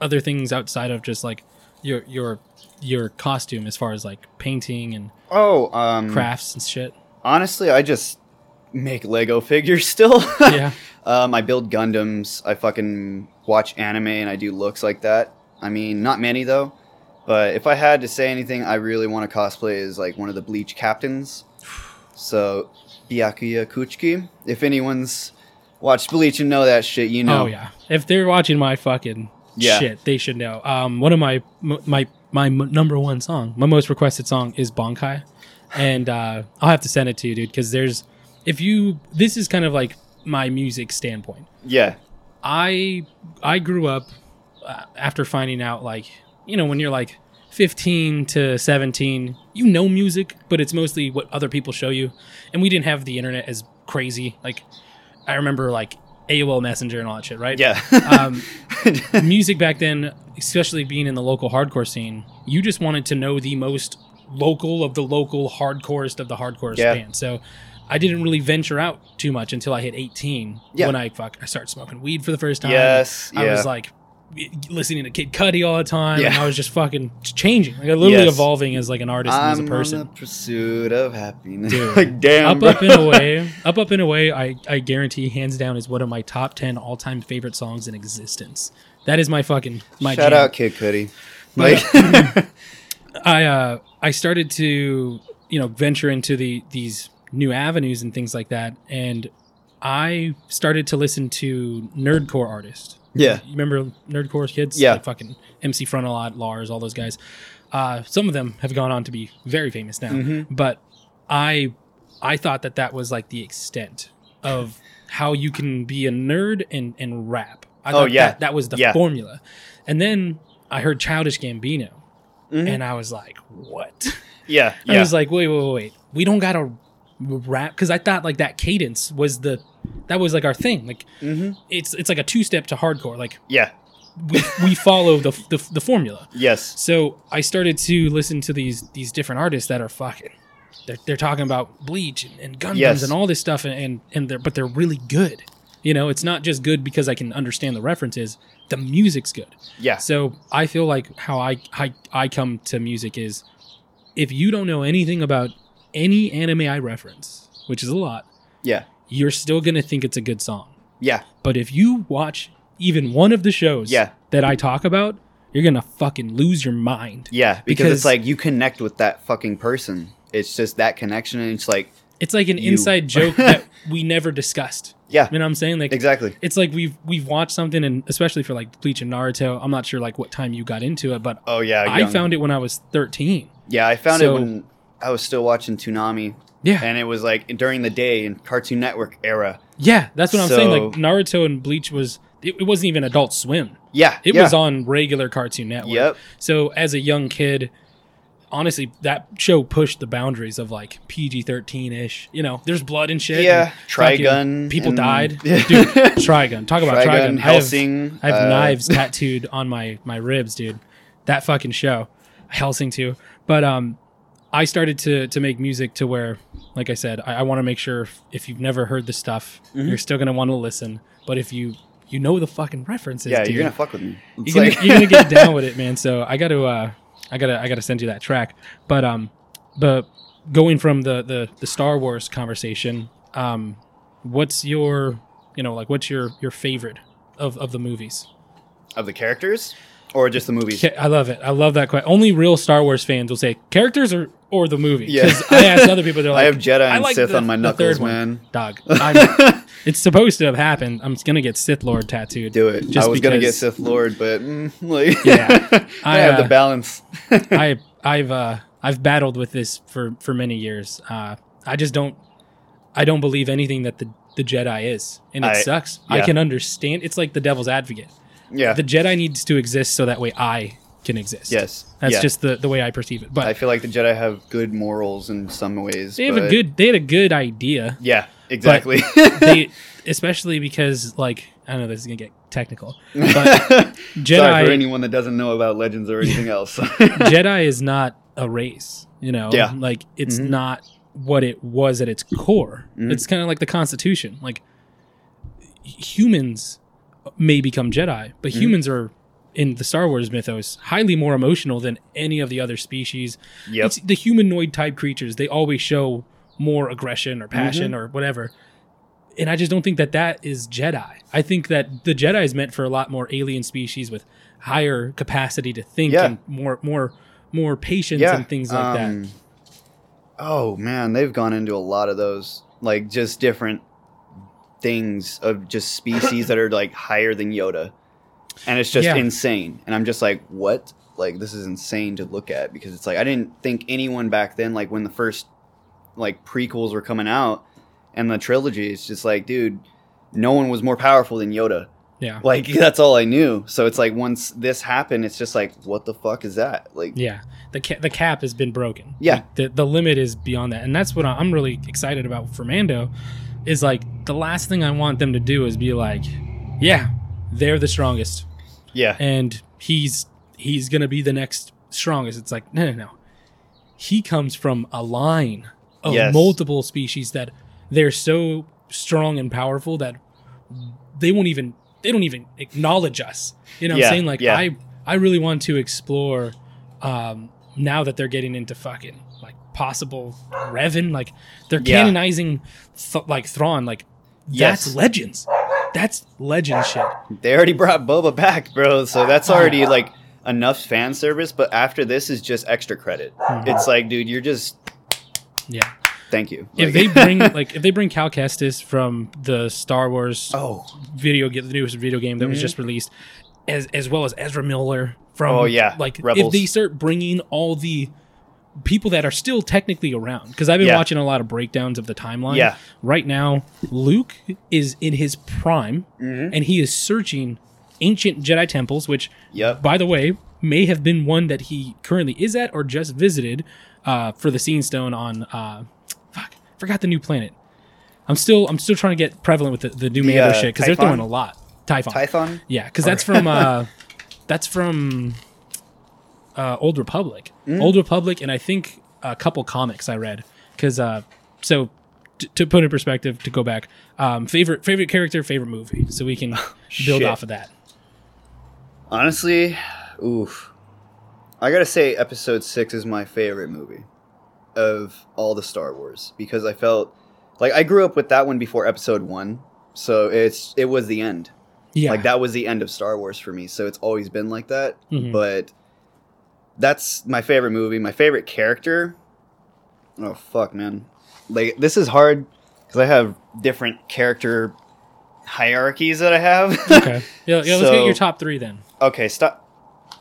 A: other things outside of just like your your your costume as far as like painting and
B: Oh, um,
A: crafts and shit?
B: honestly, I just make Lego figures still.
A: Yeah.
B: Um, I build Gundams. I fucking watch anime and I do looks like that. I mean, not many though. But if I had to say anything, I really want to cosplay as like one of the Bleach captains. So, Byakuya Kuchiki. If anyone's watched Bleach and know that shit, you know.
A: Oh yeah. If they're watching my fucking
B: Yeah.
A: shit, they should know. Um, one of my m- my my m- number one song, my most requested song is Bonkai, and uh, I'll have to send it to you, dude, because there's if you this is kind of like my music standpoint.
B: Yeah.
A: I I grew up uh, after finding out like you know when you're like 15 to 17 you know music but it's mostly what other people show you and we didn't have the internet as crazy like I remember like AOL Messenger and all that shit right
B: Yeah.
A: um, music back then, especially being in the local hardcore scene, you just wanted to know the most local of the local hardcorest of the hardcorest
B: Yeah.
A: band. So I didn't really venture out too much until I hit 18
B: Yeah.
A: when I fuck I started smoking weed for the first time.
B: yes.
A: I
B: yeah.
A: was like listening to Kid Cudi all the time and
B: Yeah.
A: I was just fucking changing. Like I literally
B: Yes.
A: evolving as like an artist and as
B: I'm
A: a person.
B: on the pursuit of happiness.
A: Dude.
B: like, damn.
A: Up Up
B: bro.
A: and Away, Up Up and Away, I, I guarantee hands down is one of my top 10 all time favorite songs in existence. That is my fucking, my
B: Shout
A: jam.
B: out Kid Cudi.
A: My-
B: Like,
A: I, uh, I started to, you know, venture into the, these new avenues and things like that. And I started to listen to nerdcore artists.
B: yeah.
A: You remember nerdcore kids?
B: Yeah.
A: Like fucking MC Front a lot, Lars, all those guys. Uh, some of them have gone on to be very famous now.
B: Mhm.
A: But I, I thought that that was like the extent of how you can be a nerd and and rap. I
B: Oh,
A: thought
B: yeah.
A: that, that was the
B: Yeah.
A: formula. And then I heard Childish Gambino,
B: Mhm.
A: and I was like, what?
B: Yeah.
A: I
B: Yeah.
A: was like, wait, wait, wait, wait. We don't gotta rap because I thought like that cadence was the that was like our thing. Like
B: Mhm.
A: it's it's like a two step to hardcore. Like
B: Yeah.
A: we, we follow the, the the formula.
B: Yes.
A: So I started to listen to these these different artists that are fucking. They're, they're talking about bleach and, and Gundams
B: Yes.
A: and all this stuff, and and, and they're, but they're really good. You know, it's not just good because I can understand the references. The music's good.
B: Yeah.
A: So I feel like how I I, I come to music is if you don't know anything about any anime I reference, which is a lot,
B: Yeah.
A: you're still gonna think it's a good song.
B: Yeah.
A: But if you watch even one of the shows
B: Yeah.
A: that I talk about, you're gonna fucking lose your mind.
B: Yeah. Because,
A: Because-
B: it's like you connect with that fucking person. It's just that connection. And it's like,
A: It's like an
B: You-
A: inside joke that we never discussed.
B: yeah,
A: You know what I'm saying? Like
B: exactly.
A: it's like we've we've watched something and especially for like Bleach and Naruto, I'm not sure like what time you got into it, but
B: Oh, yeah.
A: I
B: young.
A: found it when I was thirteen.
B: yeah, I found
A: so-
B: it when I was still watching Toonami.
A: Yeah.
B: And it was like during the day in Cartoon Network era.
A: Yeah, that's what I'm saying. Like
B: So-
A: Naruto and Bleach was it, it wasn't even Adult Swim.
B: Yeah.
A: It
B: yeah.
A: was on regular Cartoon Network.
B: Yep.
A: So as a young kid, honestly, that show pushed the boundaries of like PG thirteen ish. You know, there's blood and shit.
B: Yeah.
A: and fucking
B: Trigun.
A: People
B: and-
A: died.
B: Yeah.
A: Dude, Trigun. Talk about Trigun.
B: Trigun,
A: I have-
B: Helsing.
A: I have,
B: uh,
A: knives tattooed on my my ribs, dude. That fucking show. Helsing too. But um I started to to make music to where, like I said, I, I want to make sure if, if you've never heard the stuff,
B: Mm-hmm.
A: you're still gonna want to listen. But if you you know the fucking references,
B: Yeah.
A: dude,
B: You're going to fuck with me. It's
A: you're gonna,
B: like,
A: you're gonna get down with it, man. So I gotta, uh, I gotta, I gotta send you that track. But um, but going from the the, the Star Wars conversation, um, what's your you know like what's your your favorite of of the movies?
B: Of the characters or just the movies?
A: Ca- I love it. I love that question. Only real Star Wars fans will say characters or or the movie.
B: Yeah.
A: Because I asked other people, they're like,
B: I have Jedi and
A: like
B: Sith
A: the-
B: on my
A: the
B: knuckles,
A: third one."
B: man.
A: Dog, I'm, it's supposed to have happened. I'm just gonna get Sith Lord tattooed.
B: Do it.
A: Just
B: I was gonna get
A: because-
B: Sith Lord, but mm, like,
A: Yeah.
B: I,
A: I,
B: have
A: uh,
B: the balance.
A: I I've uh, I've battled with this for for many years. Uh, I just don't I don't believe anything that the the Jedi is, and it
B: I-
A: sucks. I
B: yeah.
A: can understand. It's like the devil's advocate.
B: yeah.
A: The Jedi needs to exist so that way I can exist.
B: yes.
A: that's
B: yeah.
A: just the the way I perceive it. But
B: I feel like the Jedi have good morals in some ways.
A: they have a
B: but-
A: good they had a good idea.
B: Yeah, exactly.
A: They especially because like I don't know this is gonna get technical, but Jedi
B: Sorry for anyone that doesn't know about legends or anything else.
A: Jedi is not a race, you know.
B: Yeah.
A: Like it's not what it was at its core. It's kind of like the Constitution. Like h- humans may become Jedi, but humans are in the Star Wars mythos highly more emotional than any of the other species.
B: Yep.
A: It's the humanoid type creatures. They always show more aggression or
B: Mm-hmm.
A: passion or whatever. And I just don't think that that is Jedi. I think that the Jedi is meant for a lot more alien species with higher capacity to think
B: Yeah.
A: and more more more patience and things like that.
B: um, Oh man, they've gone into a lot of those, like just different things of just species that are like higher than Yoda, and it's just
A: Yeah.
B: insane. And I'm just like, what? Like this is insane to look at because it's like I didn't think anyone back then, like when the first like prequels were coming out and the trilogy, it's just like, dude, no one was more powerful than Yoda.
A: Yeah.
B: Like that's all I knew. So it's like once this happened, it's just like, what the fuck is that? Like,
A: Yeah. The ca- the cap has been broken.
B: yeah,
A: the the limit is beyond that and that's what I- i'm really excited about for mando is like the last thing i want them to do is be like yeah they're the strongest
B: yeah.
A: and he's he's gonna be the next strongest it's like no no no he comes from a line of
B: Yes.
A: multiple species that they're so strong and powerful that they won't even they don't even acknowledge us you know what
B: Yeah,
A: i'm saying like
B: yeah.
A: i i really want to explore um now that they're getting into fucking like possible revan like they're
B: Yeah.
A: canonizing th- like thrawn like that's
B: Yes.
A: legends that's legend shit
B: They already brought Boba back, bro. So that's
A: Ah.
B: already like enough fan service. But after this is just extra credit.
A: Hmm.
B: It's like, dude, you're just
A: yeah
B: thank you.
A: if they
B: Like-
A: bring like if they bring Cal Kestis from the Star Wars
B: oh Mm-hmm.
A: video game, the newest video game that was just released, as as well as Ezra Miller from
B: Oh, yeah,
A: like if
B: Rebels.
A: they start bringing all the people that are still technically around because I've been
B: Yeah.
A: watching a lot of breakdowns of the timeline.
B: Yeah.
A: right now Luke is in his prime
B: Mm-hmm.
A: and he is searching ancient Jedi temples, which
B: Yep.
A: by the way may have been one that he currently is at or just visited uh, for the Scene Stone on. Uh, fuck, forgot the new planet. I'm still I'm still trying to get prevalent with the, the new Mando
B: uh,
A: shit because they're
B: Typhon?
A: throwing a lot. Typhon.
B: Python.
A: Yeah, because that's from uh, that's from uh, Old Republic.
B: Mm.
A: Old Republic, and I think a couple comics I read. Because uh, so t- to put in perspective, to go back, um, favorite favorite character, favorite movie, so we can build
B: Shit.
A: off of that.
B: Honestly, oof. I gotta say, Episode Six is my favorite movie of all the Star Wars because I felt like I grew up with that one before Episode One, so it's it was the end.
A: Yeah,
B: Like that was the end of Star Wars for me. So it's always been like that.
A: Mhm.
B: But that's my favorite movie, my favorite character. Oh fuck, man. Like this is hard cuz I have different character hierarchies that I have.
A: Okay. Yeah, yeah let's get
B: So-
A: your top three then.
B: okay, stop.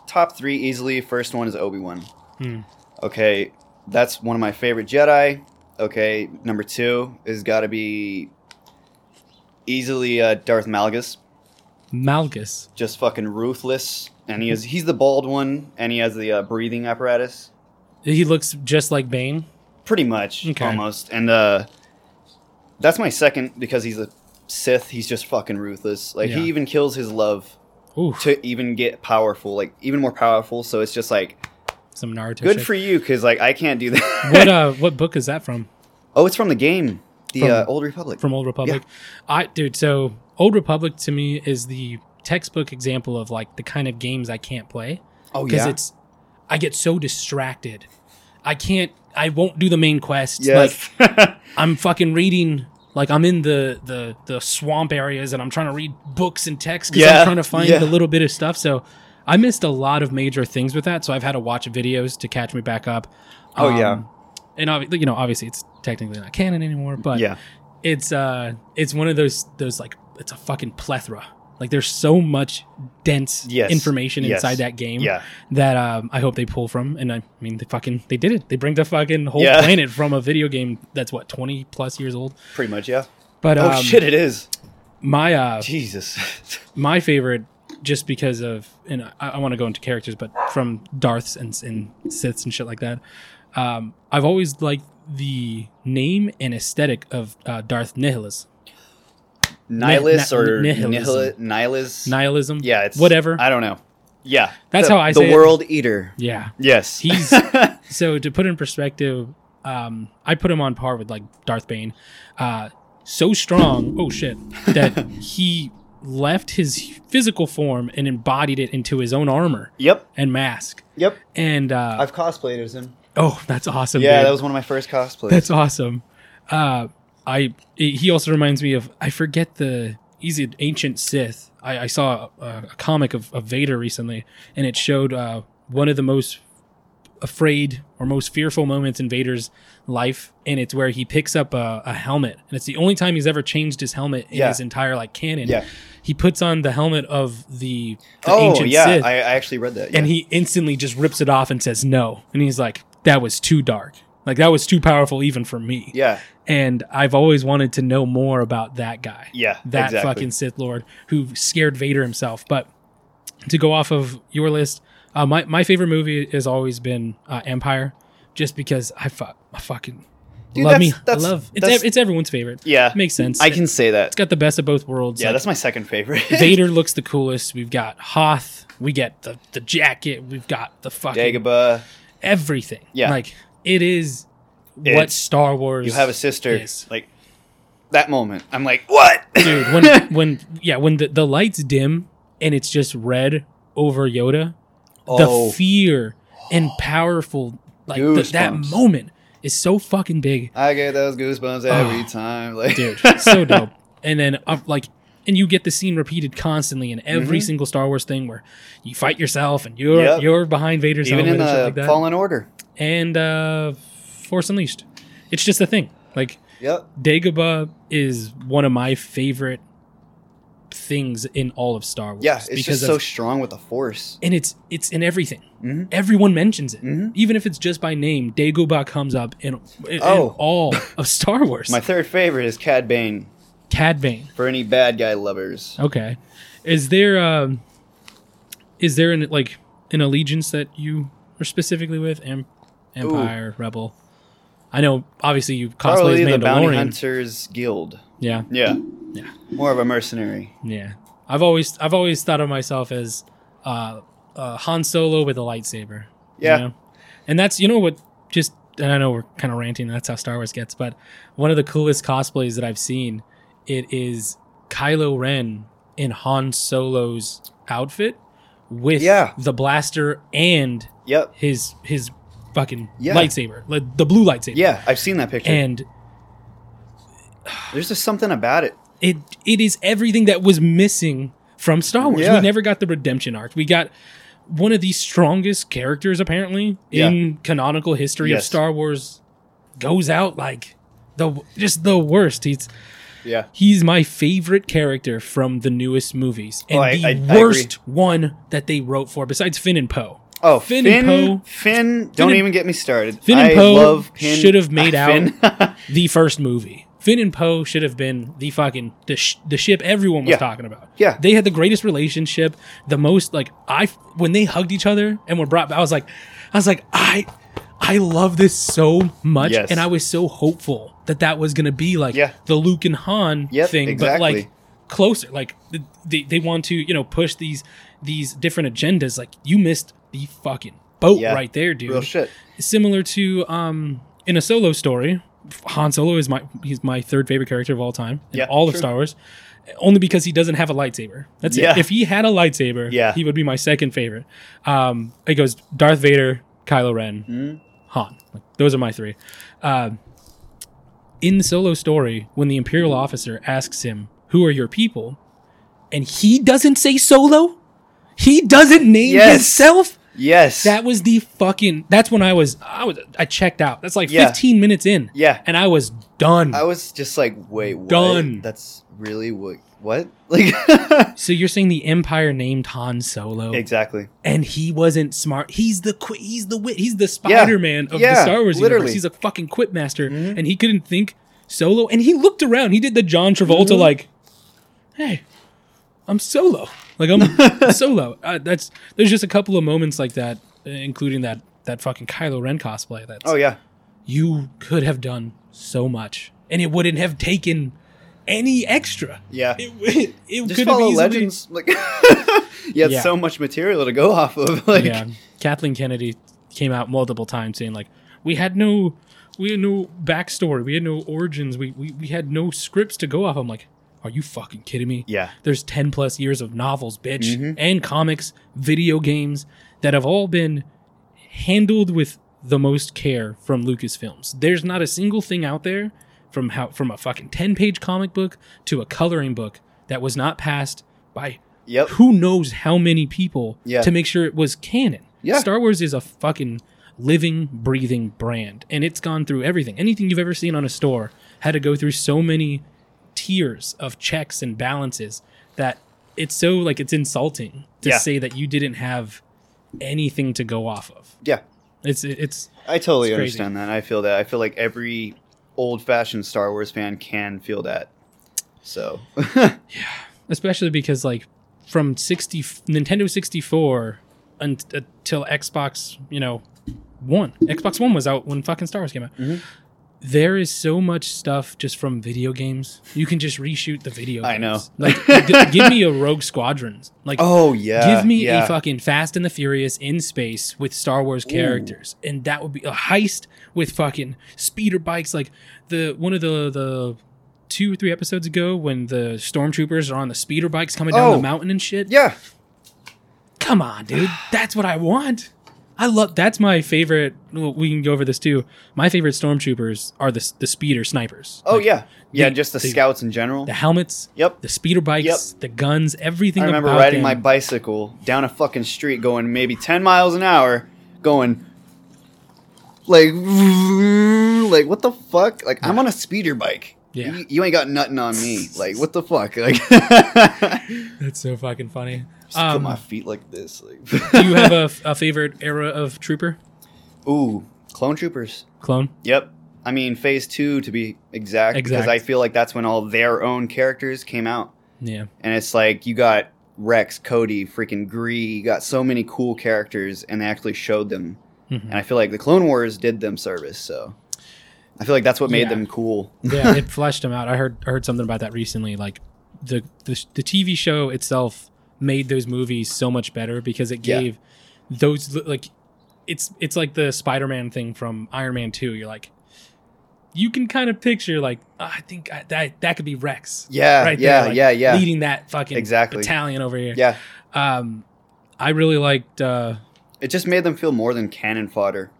B: Top 3 easily. First one is Obi-Wan.
A: Hmm.
B: Okay, that's one of my favorite Jedi. Okay, number 2 is got to be easily uh, Darth Malgus.
A: Malgus.
B: just fucking ruthless. And he is he's the bald one, and he has the uh, breathing apparatus,
A: He looks just like Bane.
B: pretty much
A: Okay.
B: almost. And uh, that's my second because he's a Sith. He's just fucking ruthless. Like
A: Yeah.
B: he even kills his love
A: Ooh,
B: to even get powerful, like even more powerful. So it's just like
A: some Naruto.
B: good
A: shit.
B: for you because like I can't do that.
A: What uh, what book is that from?
B: oh, it's from the game, the
A: From-
B: uh, Old Republic.
A: from Old Republic. I dude, so Old Republic to me is the textbook example of like the kind of games I can't play
B: oh
A: because
B: yeah,
A: it's I get so distracted. I can't I won't do the main quest.
B: yes,
A: Like I'm fucking reading Like I'm in the the the swamp areas and I'm trying to read books and text because
B: Yeah,
A: I'm trying to find
B: yeah.
A: a little bit of stuff. So I missed a lot of major things with that. So I've had to watch videos to catch me back up. um,
B: Oh, yeah.
A: and obvi- you know obviously it's technically not canon anymore, but
B: yeah.
A: it's uh it's one of those those like it's a fucking plethora. Like there's so much dense
B: Yes.
A: information
B: Yes.
A: inside that game
B: Yeah.
A: that um, I hope they pull from. And I mean, they fucking they did it. They bring the fucking whole
B: Yeah.
A: planet from a video game that's what twenty plus years old.
B: Pretty much, yeah.
A: But um,
B: oh shit, it is.
A: my uh,
B: Jesus.
A: my favorite, just because of, and I, I want to go into characters, but from Darths and, and Siths and shit like that. Um, I've always liked the name and aesthetic of uh, Darth Nihilus.
B: Nihilus
A: ni-
B: or
A: nihilism.
B: Nihil- Nihilus.
A: Nihilism.
B: yeah, it's
A: whatever.
B: I don't know. Yeah,
A: That's
B: the,
A: how I
B: the
A: say it.
B: world eater.
A: yeah.
B: Yes,
A: He's so to put in perspective, um, I put him on par with like Darth Bane. Uh, so strong, oh shit, that he left his physical form and embodied it into his own armor
B: yep,
A: and mask.
B: yep.
A: And uh,
B: I've cosplayed as him.
A: oh, that's awesome.
B: Yeah,
A: dude.
B: that was one of my first cosplays.
A: that's awesome. Uh, I he also reminds me of I forget the he's an ancient Sith. I, I saw a, a comic of, of Vader recently, and it showed uh, one of the most afraid or most fearful moments in Vader's life, and it's where he picks up a, a helmet, and it's the only time he's ever changed his helmet in
B: Yeah.
A: his entire like canon.
B: Yeah.
A: He puts on the helmet of the, the
B: oh
A: ancient
B: yeah,
A: Sith,
B: I, I actually read that.
A: and
B: yeah.
A: he instantly just rips it off and says no, and he's like, "That was too dark. Like that was too powerful even for me."
B: yeah,
A: and I've always wanted to know more about that guy.
B: yeah,
A: That
B: exactly.
A: fucking Sith Lord who scared Vader himself. But to go off of your list, uh, my, my favorite movie has always been uh, Empire, just because I, fu- I fucking
B: Dude,
A: love me.
B: that's- that's-
A: I love it's,
B: that's-
A: ev- it's everyone's favorite.
B: Yeah,
A: Makes sense.
B: I
A: It's
B: can say that.
A: got the best of both worlds.
B: Yeah,
A: Like,
B: that's my second favorite.
A: Vader looks the coolest. We've got Hoth. We get the, the jacket. We've got the fucking
B: Dagobah.
A: everything.
B: Yeah.
A: Like, it is what
B: It's-
A: Star Wars.
B: You have a sister.
A: Yes.
B: Like that moment, I'm like, what?
A: dude when when yeah when the, the lights dim and it's just red over yoda
B: oh,
A: the fear and powerful like the, that
B: Goosebumps.
A: moment is so fucking big
B: I get those goosebumps every time. Like,
A: Oh. dude so dope and then uh, like and you get the scene repeated constantly in every single star wars thing where you fight yourself and you're
B: Mm-hmm. Yep.
A: you're behind vader's
B: even in
A: helmet and shit
B: the
A: like that
B: Fallen Order.
A: and uh force unleashed it's just a thing like
B: Yep.
A: Dagobah is one of my favorite things in all of Star Wars.
B: Yeah, it's just so
A: of,
B: strong with the Force.
A: and it's it's in everything.
B: Mhm.
A: Everyone mentions it,
B: Mhm.
A: even if it's just by name. Dagobah comes up in, in, in
B: Oh.
A: all of Star Wars.
B: My third favorite is Cad Bane
A: Cad Bane.
B: for any bad guy lovers.
A: Okay, is there um, is there an like an allegiance that you are specifically with? Em- Empire, Rebel. I know, obviously, you cosplay
B: Probably
A: as
B: the Bounty
A: Mandalorian.
B: Hunters Guild.
A: Yeah,
B: Yeah.
A: Yeah.
B: More of a mercenary.
A: Yeah, I've always I've always thought of myself as uh, uh, Han Solo with a lightsaber. you
B: Yeah.
A: know? and that's you know what just and I know we're kind of ranting. That's how Star Wars gets, but one of the coolest cosplays that I've seen it is Kylo Ren in Han Solo's outfit with
B: Yeah.
A: the blaster and
B: Yep.
A: his his fucking
B: Yeah.
A: lightsaber, like the blue lightsaber,
B: Yeah, I've seen that picture.
A: and
B: There's just something about it.
A: it it is everything that was missing from Star Wars.
B: Yeah.
A: We never got the redemption arc. We got one of the strongest characters apparently in canonical history of
B: Yes.
A: Star Wars goes out like the just the worst. He's
B: Yeah.
A: he's my favorite character from the newest movies and
B: Oh, I-
A: the
B: I- I agree.
A: worst one that they wrote for besides Finn and Poe.
B: Oh,
A: Finn
B: Finn,
A: and
B: Finn,
A: Poe-
B: don't
A: and-
B: even get me started.
A: Finn and
B: I
A: Poe
B: love Finn-
A: should have made
B: Finn.
A: The first movie. Finn and Poe should have been the fucking the, sh- the ship everyone was
B: Yeah.
A: talking about.
B: Yeah.
A: they had the greatest relationship. The most like I when they hugged each other and were brought. I was like, I was like I, I love this so much,
B: Yes.
A: and I was so hopeful that that was gonna be like
B: Yeah.
A: the Luke and Han
B: Yep,
A: thing, but like
B: exactly.
A: closer. Like th- they they want to you know push these these different agendas. Like you missed the fucking boat
B: Yeah.
A: right there, dude
B: Real shit.
A: similar to um in a solo story han solo is my he's my third favorite character of all time in
B: Yeah,
A: all of
B: true.
A: star wars only because he doesn't have a lightsaber that's
B: Yeah.
A: it if he had a lightsaber
B: Yeah.
A: he would be my second favorite um it goes darth
B: Mm-hmm.
A: vader kylo ren han Like, those are my three um in the solo story when the imperial officer asks him who are your people and he doesn't say solo he doesn't name
B: Yes.
A: himself
B: Yes.
A: that was the fucking that's when i was i was i checked out that's like
B: Yeah.
A: 15 minutes in
B: yeah.
A: and i was done
B: I was just like, wait, what?
A: Done.
B: That's really what? What? Like,
A: so you're saying the empire named han solo
B: exactly.
A: and he wasn't smart. He's the qui- he's the wit. He's the Spider-Man of the
B: yeah,
A: Star Wars
B: literally.
A: universe. He's a fucking quip master,
B: Mhm.
A: and he couldn't think solo. And he looked around. He did the John Travolta
B: Mhm.
A: like, "Hey, I'm solo. Like I'm solo." Uh, that's there's just a couple of moments like that, uh, including that that fucking Kylo Ren cosplay. That's
B: Oh yeah.
A: you could have done so much, and it wouldn't have taken any extra.
B: Yeah.
A: It it, it
B: Just
A: could have
B: follow
A: easily,
B: legends. Like, you have
A: Yeah.
B: so much material to go off of. Like,
A: yeah, Kathleen Kennedy came out multiple times saying like we had no we had no backstory, we had no origins, we we, we had no scripts to go off. I'm like, are you fucking kidding me?
B: yeah.
A: There's ten plus years of novels, bitch,
B: Mhm.
A: and comics, video games that have all been handled with the most care from Lucasfilms. There's not a single thing out there from how from a fucking ten page comic book to a coloring book that was not passed by
B: Yep.
A: who knows how many people
B: Yeah.
A: to make sure it was canon.
B: Yeah.
A: Star Wars is a fucking living, breathing brand, and it's gone through everything. Anything you've ever seen on a store had to go through so many tiers of checks and balances that it's so like it's insulting to
B: Yeah.
A: say that you didn't have anything to go off of.
B: Yeah.
A: It's it's
B: I totally
A: It's crazy.
B: understand that. I feel that. I feel like every old-fashioned Star Wars fan can feel that. So.
A: especially because like from 60 Nintendo 64 un- until Xbox, you know, 1. Xbox 1 was out when fucking Star Wars came out.
B: Mhm.
A: There is so much stuff just from video games. You can just reshoot the video games.
B: I know.
A: Like g- give me a Rogue Squadrons. Like
B: oh yeah.
A: give me
B: yeah.
A: a fucking Fast and the Furious in space with Star Wars characters, and that would be a heist with fucking speeder bikes. Like the one of the the two or three episodes ago when the stormtroopers are on the speeder bikes coming down
B: Oh.
A: the mountain and shit.
B: Yeah.
A: Come on, dude, that's what I want. I love that's my favorite. well, We can go over this too. My favorite stormtroopers are the the speeder snipers.
B: Oh
A: Like,
B: yeah. Yeah.
A: the-
B: just the
A: the-
B: scouts in general.
A: the helmets.
B: Yep.
A: The speeder bikes, the guns, everything.
B: I remember
A: about
B: riding
A: them.
B: my bicycle down a fucking street going maybe 10 miles an hour going like like what the fuck like I'm on a speeder bike.
A: Yeah.
B: You, you ain't got nothing on me. Like what the fuck? Like
A: That's so fucking funny.
B: just put
A: Um,
B: my feet like this. Like
A: do you have a, a favorite era of trooper
B: Ooh, clone troopers.
A: clone
B: Yep. I mean phase 2 to be exact because
A: Exact.
B: I feel like that's when all their own characters came out.
A: yeah
B: and it's like you got Rex, Cody, freaking Gree, you got so many cool characters, and they actually showed them.
A: Mhm.
B: And I feel like the Clone Wars did them service, so I feel like that's what made
A: Yeah.
B: them cool.
A: yeah it fleshed them out i heard I heard something about that recently like the the, the tv show itself made those movies so much better because it
B: Yeah.
A: gave those like it's it's like the spider-man thing from iron man 2 you're like you can kind of picture like "Ah, i think I, that that could be rex
B: Yeah,
A: right
B: yeah,
A: there, like,
B: yeah, yeah,
A: leading that fucking
B: Exactly.
A: battalion over here
B: yeah.
A: um i really liked uh
B: It just made them feel more than cannon fodder.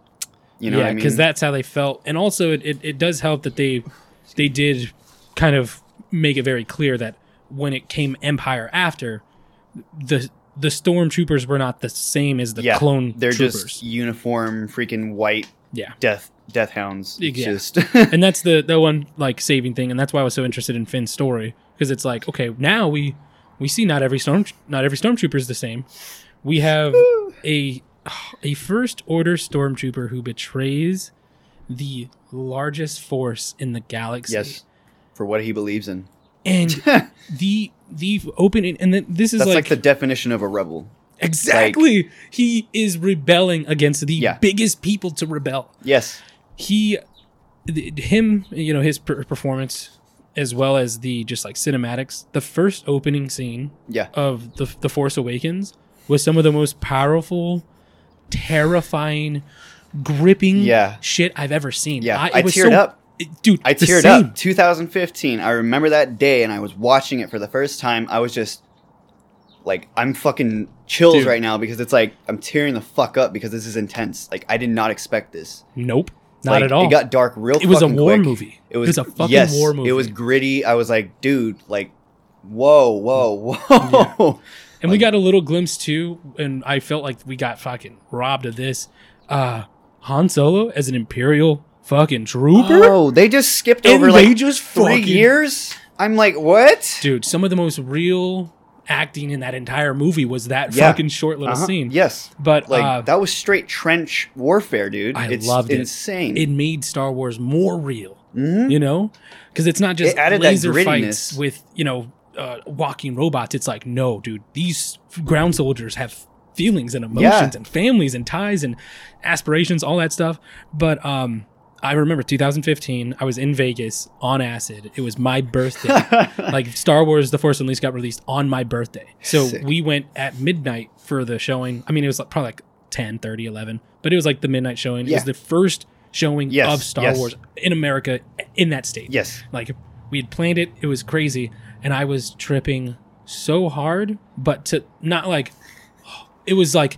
B: You know what I mean?
A: because that's how they felt, and also it, it, it does help that they they did kind of make it very clear that when it came Empire after the the stormtroopers were not the same as the
B: Yeah,
A: clone
B: they're
A: troopers.
B: just uniform, freaking white
A: yeah,
B: death death hounds. It's
A: Yeah.
B: Just
A: and that's the the one like saving thing, and that's why I was so interested in Finn's story because it's like okay, now we we see not every storm not every stormtrooper is the same. We have a a first order stormtrooper who betrays the largest force in the galaxy.
B: yes, for what he believes in.
A: and
B: that's
A: the the opening and then this is
B: like,
A: like,
B: the definition of a rebel.
A: exactly he is rebelling against the
B: Yeah.
A: biggest people to rebel
B: Yes.
A: he th- him you know his per- performance as well as the just like cinematics the first opening scene
B: Yeah.
A: of the the force awakens was some of the most powerful terrifying gripping
B: Yeah.
A: shit i've ever seen
B: Yeah.
A: it
B: I
A: was
B: teared up.
A: it- dude
B: I
A: the
B: teared
A: same.
B: up. 2015. I remember that day, and I was watching it for the first time. I was just like, I'm fucking chills
A: Dude.
B: right now because it's like I'm tearing the fuck up because this is intense. Like I did not expect this.
A: nope Not
B: Like,
A: at all.
B: It got dark real.
A: It was a
B: fucking
A: war
B: quick.
A: movie.
B: It was,
A: a fucking
B: yes,
A: war movie.
B: It was gritty. I was like, dude, like, whoa, whoa, whoa.
A: and we got a little glimpse too, and I felt like we got fucking robbed of this. Uh Han Solo as an Imperial fucking trooper,
B: Oh, they just skipped
A: and
B: over
A: they
B: like
A: just
B: three
A: fucking-
B: years. I'm like, what?
A: dude. Some of the most real acting in that entire movie was that
B: Yeah.
A: fucking short little
B: Uh-huh.
A: scene.
B: Yes,
A: But
B: like
A: uh,
B: that was straight trench warfare, dude.
A: I
B: it's
A: loved it.
B: insane.
A: it made Star Wars more real. You know, because it's not just
B: Mm-hmm. It added that
A: laser fights
B: grittiness.
A: with you know uh, walking robots. It's like no, dude, these f- ground soldiers have feelings and emotions
B: Yeah.
A: and families and ties and aspirations, all that stuff. But um, I remember 2015. I was in Vegas on acid. It was my birthday. like Star Wars: The Force Unleashed got released on my birthday, so
B: Sick.
A: we went at midnight for the showing. I mean, it was like probably like 10, 30, 11, but it was like the midnight showing. It was
B: Yeah.
A: the first showing
B: Yes,
A: of Star
B: yes.
A: Wars in America in that state.
B: yes,
A: Like we had planned it, it was crazy, and I was tripping so hard, but to not like it was like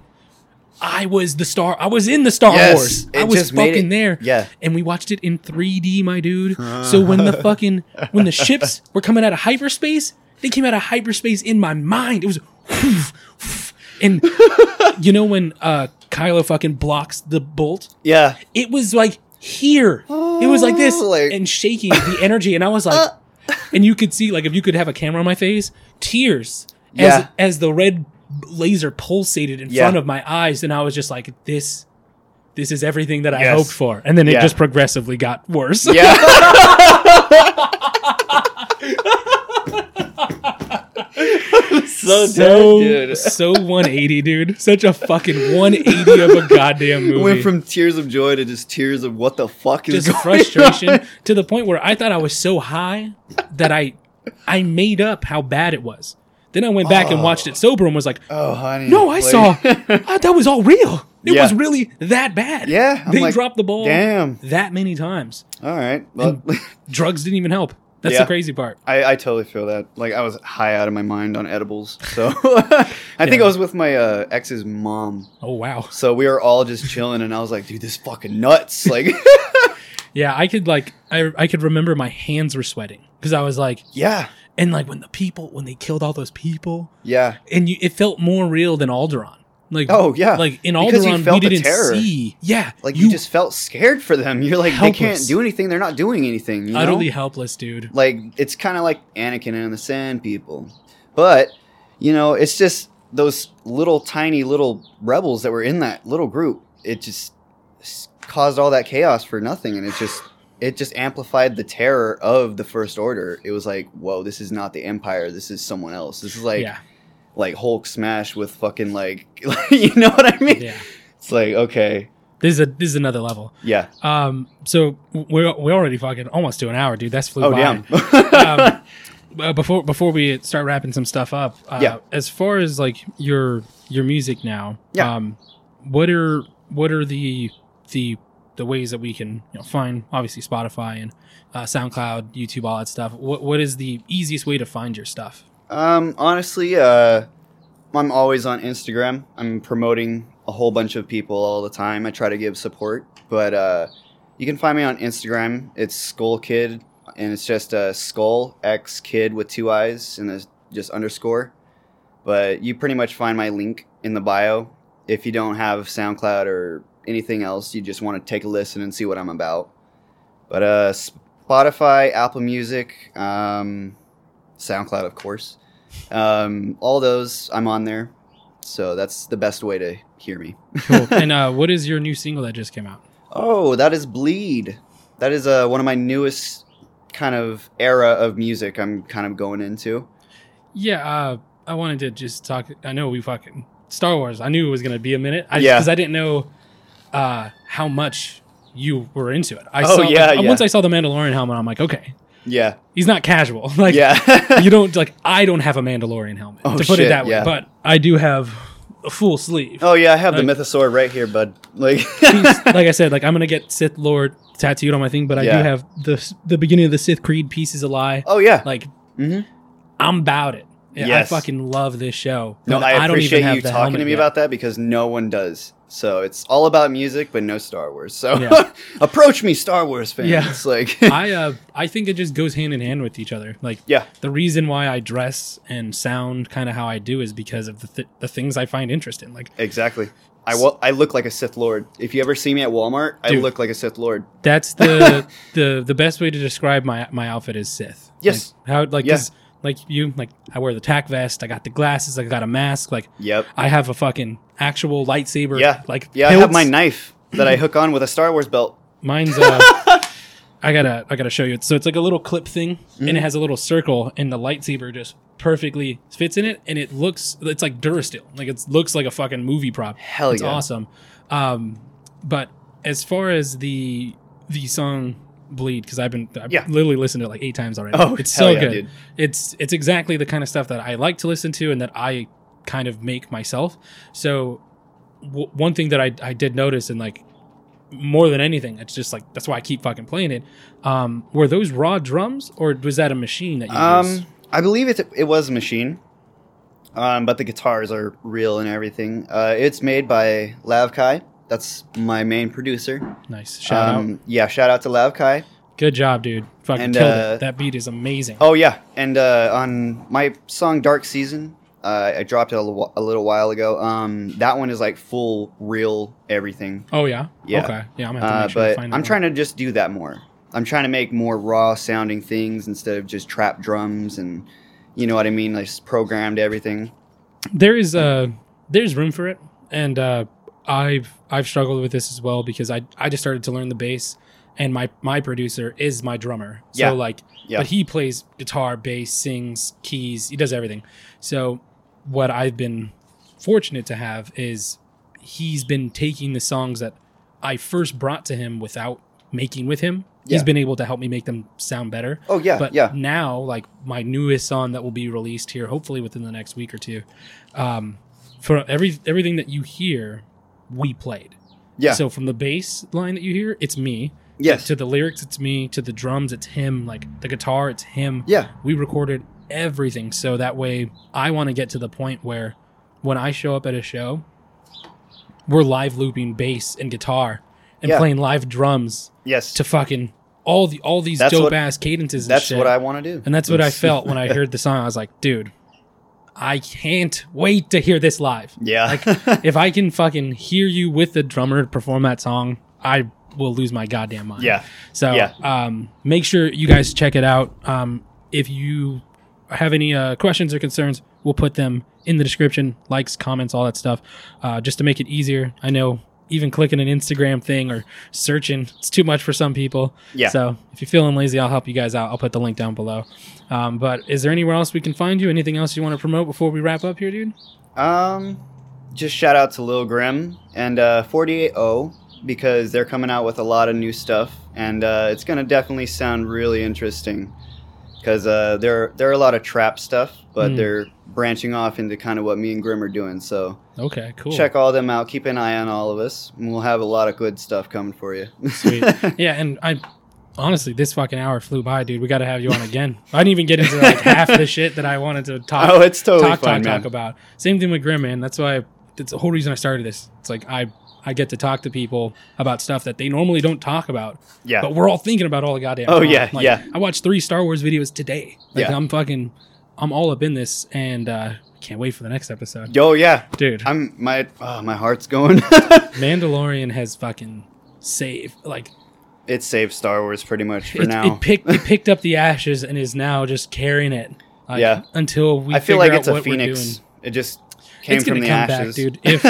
A: I was the star. I was in the Star
B: Yes,
A: Wars. I
B: it
A: was
B: just made
A: fucking
B: it-
A: there.
B: yeah.
A: And we watched it in 3D, my dude. so when the fucking when the ships were coming out of hyperspace, they came out of hyperspace in my mind. It was and you know when uh Kylo fucking blocks the bolt?
B: yeah.
A: it was like here. it was like this
B: Oh, like- Uh.
A: and shaking the energy. And I was like, and you could see, like, if you could have a camera on my face, tears
B: Yeah.
A: as, as the red laser pulsated in
B: Yeah.
A: front of my eyes. And I was just like, this. This is everything that I
B: Yes.
A: hoped for, and then it
B: Yeah.
A: just progressively got worse.
B: Yeah. so,
A: so
B: dead,
A: so 180, dude. Such a fucking 180 of a goddamn movie.
B: dude. Went from tears of joy to just tears of what the fuck is
A: just
B: going on?
A: frustration to the point where I thought I was so high that I I made up how bad it was. Then I went back and watched it sober and was like,
B: Oh, honey.
A: "No, I
B: like-
A: saw I, that was all real. It
B: Yeah.
A: was really that bad."
B: Yeah, I'm
A: they
B: like,
A: dropped the ball
B: damn.
A: that many times.
B: All right. Well,
A: Drugs didn't even help. That's the
B: Yeah.
A: crazy part.
B: I, I totally feel that. Like I was high out of my mind on edibles. So I think I was with my uh, ex's mom.
A: Oh wow.
B: So we were all just chilling, and I was like, "Dude, this fucking nuts!" Like,
A: Yeah, I could like I I could remember my hands were sweating because I was like,
B: yeah,
A: and like when the people when they killed all those people,
B: yeah,
A: and you, it felt more real than Alderaan. Like
B: Oh, yeah.
A: like in
B: Because you
A: Alderaan we
B: felt the
A: didn't
B: terror.
A: see. Yeah,
B: like you, just felt scared for them. You're like, they
A: Helpless.
B: can't do anything. They're not doing anything. You know?
A: utterly helpless, dude.
B: like it's kind of like Anakin and the Sand People, but you know, it's just those little tiny little rebels that were in that little group. It just s- caused all that chaos for nothing, and it just it just amplified the terror of the First Order. It was like, whoa, this is not the Empire. This is someone else. This is like
A: yeah,
B: like Hulk smash with fucking like, you know what I mean?
A: yeah.
B: It's like okay,
A: This is a this is another level.
B: yeah.
A: Um, so we're we're already fucking almost to an hour, dude. That's flew
B: Oh
A: by.
B: damn.
A: um, uh, before before we start wrapping some stuff up, uh,
B: Yeah.
A: As far as like your your music now,
B: Yeah.
A: Um, what are what are the the the ways that we can you know, find obviously Spotify and uh, SoundCloud, YouTube, all that stuff. What what is the easiest way to find your stuff?
B: Um, honestly, uh, I'm always on Instagram. I'm promoting a whole bunch of people all the time. I try to give support, but uh, you can find me on Instagram. It's Skull Kid, and it's just uh, Skull X Kid with two eyes and a just underscore. But you pretty much find my link in the bio. If you don't have SoundCloud or anything else, you just want to take a listen and see what I'm about. But uh, Spotify, Apple Music, um, SoundCloud, of course. Um, all those, I'm on there. So that's the best way to hear me.
A: Cool. and uh, what is your new single that just came out?
B: Oh, that is Bleed. That is uh, one of my newest kind of era of music I'm kind of going into.
A: Yeah, uh, I wanted to just talk. I know we fucking Star Wars. I knew it was gonna be a minute. I,
B: Yeah.
A: because I didn't know uh, how much you were into it. I
B: Oh,
A: saw,
B: yeah,
A: like,
B: yeah.
A: Once I saw the Mandalorian helmet, I'm like, okay,
B: Yeah.
A: he's not casual. Like,
B: yeah.
A: you don't like. I don't have a Mandalorian helmet
B: Oh,
A: to put it
B: shit,
A: that way,
B: yeah.
A: but I do have a full sleeve.
B: oh, yeah, I have the
A: Like-
B: Mythosaur right here, bud. Like,
A: Piece- like I said, like I'm gonna get Sith Lord tattooed on my thing, but I
B: Yeah.
A: do have the the beginning of the Sith Creed piece is a lie.
B: oh, yeah.
A: Like
B: Mhm.
A: I'm about it. Yeah,
B: Yes.
A: I fucking love this show.
B: no,
A: but
B: I
A: don't even
B: appreciate
A: have
B: you
A: the
B: talking
A: helmet
B: to me
A: yet.
B: about that because no one does. So it's all about music, but no Star Wars. So
A: Yeah.
B: approach me, Star Wars fans.
A: Yeah.
B: It's like,
A: I uh, I think it just goes hand in hand with each other. Like
B: yeah,
A: the reason why I dress and sound kind of how I do is because of the th- the things I find interest in. Like
B: exactly. I wa- I look like a Sith Lord. If you ever see me at Walmart, I
A: Dude.
B: look like a Sith Lord.
A: that's the the the best way to describe my my outfit is Sith.
B: Yes.
A: Like, how like
B: Yeah.
A: 'cause, like you like I wear the tack vest. I got the glasses. I got a mask. Like
B: Yep.
A: I have a fucking actual lightsaber.
B: Yeah.
A: Like
B: Yeah, I have
A: hilts.
B: my knife that I hook on with a Star Wars belt.
A: Mine's uh I gotta I gotta show you. So it's like a little clip thing and it has a little circle and the lightsaber just perfectly fits in it and it looks it's like Durasteel. Like it looks like a fucking movie prop.
B: Hell
A: it's
B: yeah.
A: awesome. Um but as far as the the song bleed because I've been I've
B: Yeah.
A: literally listened to it like eight times already.
B: Oh,
A: it's
B: hell
A: so
B: yeah,
A: good.
B: dude.
A: It's it's exactly the kind of stuff that I like to listen to and that I kind of make myself. So w- one thing that I I did notice and like more than anything, it's just like that's why I keep fucking playing it. Um, were those raw drums or was that a machine that you used?
B: Um, I believe it, it was a machine, um, but the guitars are real and everything. Uh, it's made by Lavkai. That's my main producer.
A: Nice shout out.
B: um, Yeah, shout out to Lavkai.
A: Good job, dude. Fucking
B: and,
A: killed
B: uh,
A: it. That beat is amazing.
B: Oh yeah, and uh, on my song "Dark Season," uh, I dropped it a little- a little while ago. Um, that one is like full real everything.
A: Oh yeah.
B: Yeah.
A: Okay. Yeah, I'm gonna have to
B: Uh,
A: make sure to
B: but
A: find
B: I'm
A: that
B: trying to just do that more. I'm trying to make more raw sounding things instead of just trap drums and you know what I mean, like just programmed everything.
A: there is uh there's room for it and uh i've i've struggled with this as well because i i just started to learn the bass and my my producer is my drummer so
B: Yeah.
A: like
B: Yeah.
A: but he plays guitar bass sings keys he does everything so what i've been fortunate to have is he's been taking the songs that i first brought to him without making with him he's
B: Yeah.
A: been able to help me make them sound better
B: Oh yeah,
A: but
B: yeah.
A: now like my newest song that will be released here hopefully within the next week or two um for every everything that you hear we played
B: Yeah.
A: so from the bass line that you hear it's me
B: yes.
A: to the lyrics it's me to the drums it's him like the guitar it's him
B: yeah.
A: we recorded everything so that way i want to get to the point where when i show up at a show we're live looping bass and guitar and
B: Yeah.
A: playing live drums
B: Yes.
A: to fucking all the all these
B: That's
A: dope
B: what-
A: ass cadences and
B: that's
A: shit.
B: what I want to do.
A: And that's what I felt when I heard the song. I was like, dude, I can't wait to hear this live.
B: Yeah.
A: If I can fucking hear you with the drummer perform that song, I will lose my goddamn mind.
B: yeah.
A: So
B: Yeah.
A: um, make sure you guys check it out. Um, if you have any uh, questions or concerns, we'll put them in the description, likes, comments, all that stuff, uh, just to make it easier. I know even clicking an Instagram thing or searching, it's too much for some people.
B: Yeah.
A: So if you're feeling lazy, I'll help you guys out. I'll put the link down below. Um, but is there anywhere else we can find you? Anything else you want to promote before we wrap up here, dude?
B: Um, just shout out to Lil Grim and uh, 48O because they're coming out with a lot of new stuff, and uh, it's gonna definitely sound really interesting because uh, there there are a lot of trap stuff, but
A: Mm.
B: they're branching off into kind of what me and Grim are doing. So
A: Okay, cool.
B: check all them out. Keep an eye on all of us, and we'll have a lot of good stuff coming for you.
A: Sweet. yeah, and I honestly, this fucking hour flew by, dude. We got to have you on again. I didn't even get into like half the shit that I wanted to talk
B: oh, it's totally
A: talk
B: fun,
A: talk
B: man.
A: talk about. Same thing with Grim, man. That's why that's the whole reason I started this. It's like I I get to talk to people about stuff that they normally don't talk about,
B: yeah.
A: but we're all thinking about all the goddamn.
B: Oh,
A: time.
B: yeah,
A: Like,
B: yeah.
A: I watched three Star Wars videos today. Like,
B: Yeah.
A: I'm fucking, I'm all up in this, and uh, can't wait for the next episode,
B: Yo, yeah.
A: dude.
B: I'm my oh, my heart's going.
A: Mandalorian has fucking saved like
B: it saved Star Wars pretty much for
A: it,
B: now.
A: It picked it picked up the ashes and is now just carrying it. Like,
B: Yeah.
A: Until we
B: I feel
A: figure
B: like
A: out
B: it's a
A: what we're
B: phoenix.
A: doing.
B: It just came
A: it's
B: from
A: gonna
B: the
A: come back,
B: ashes,
A: dude. If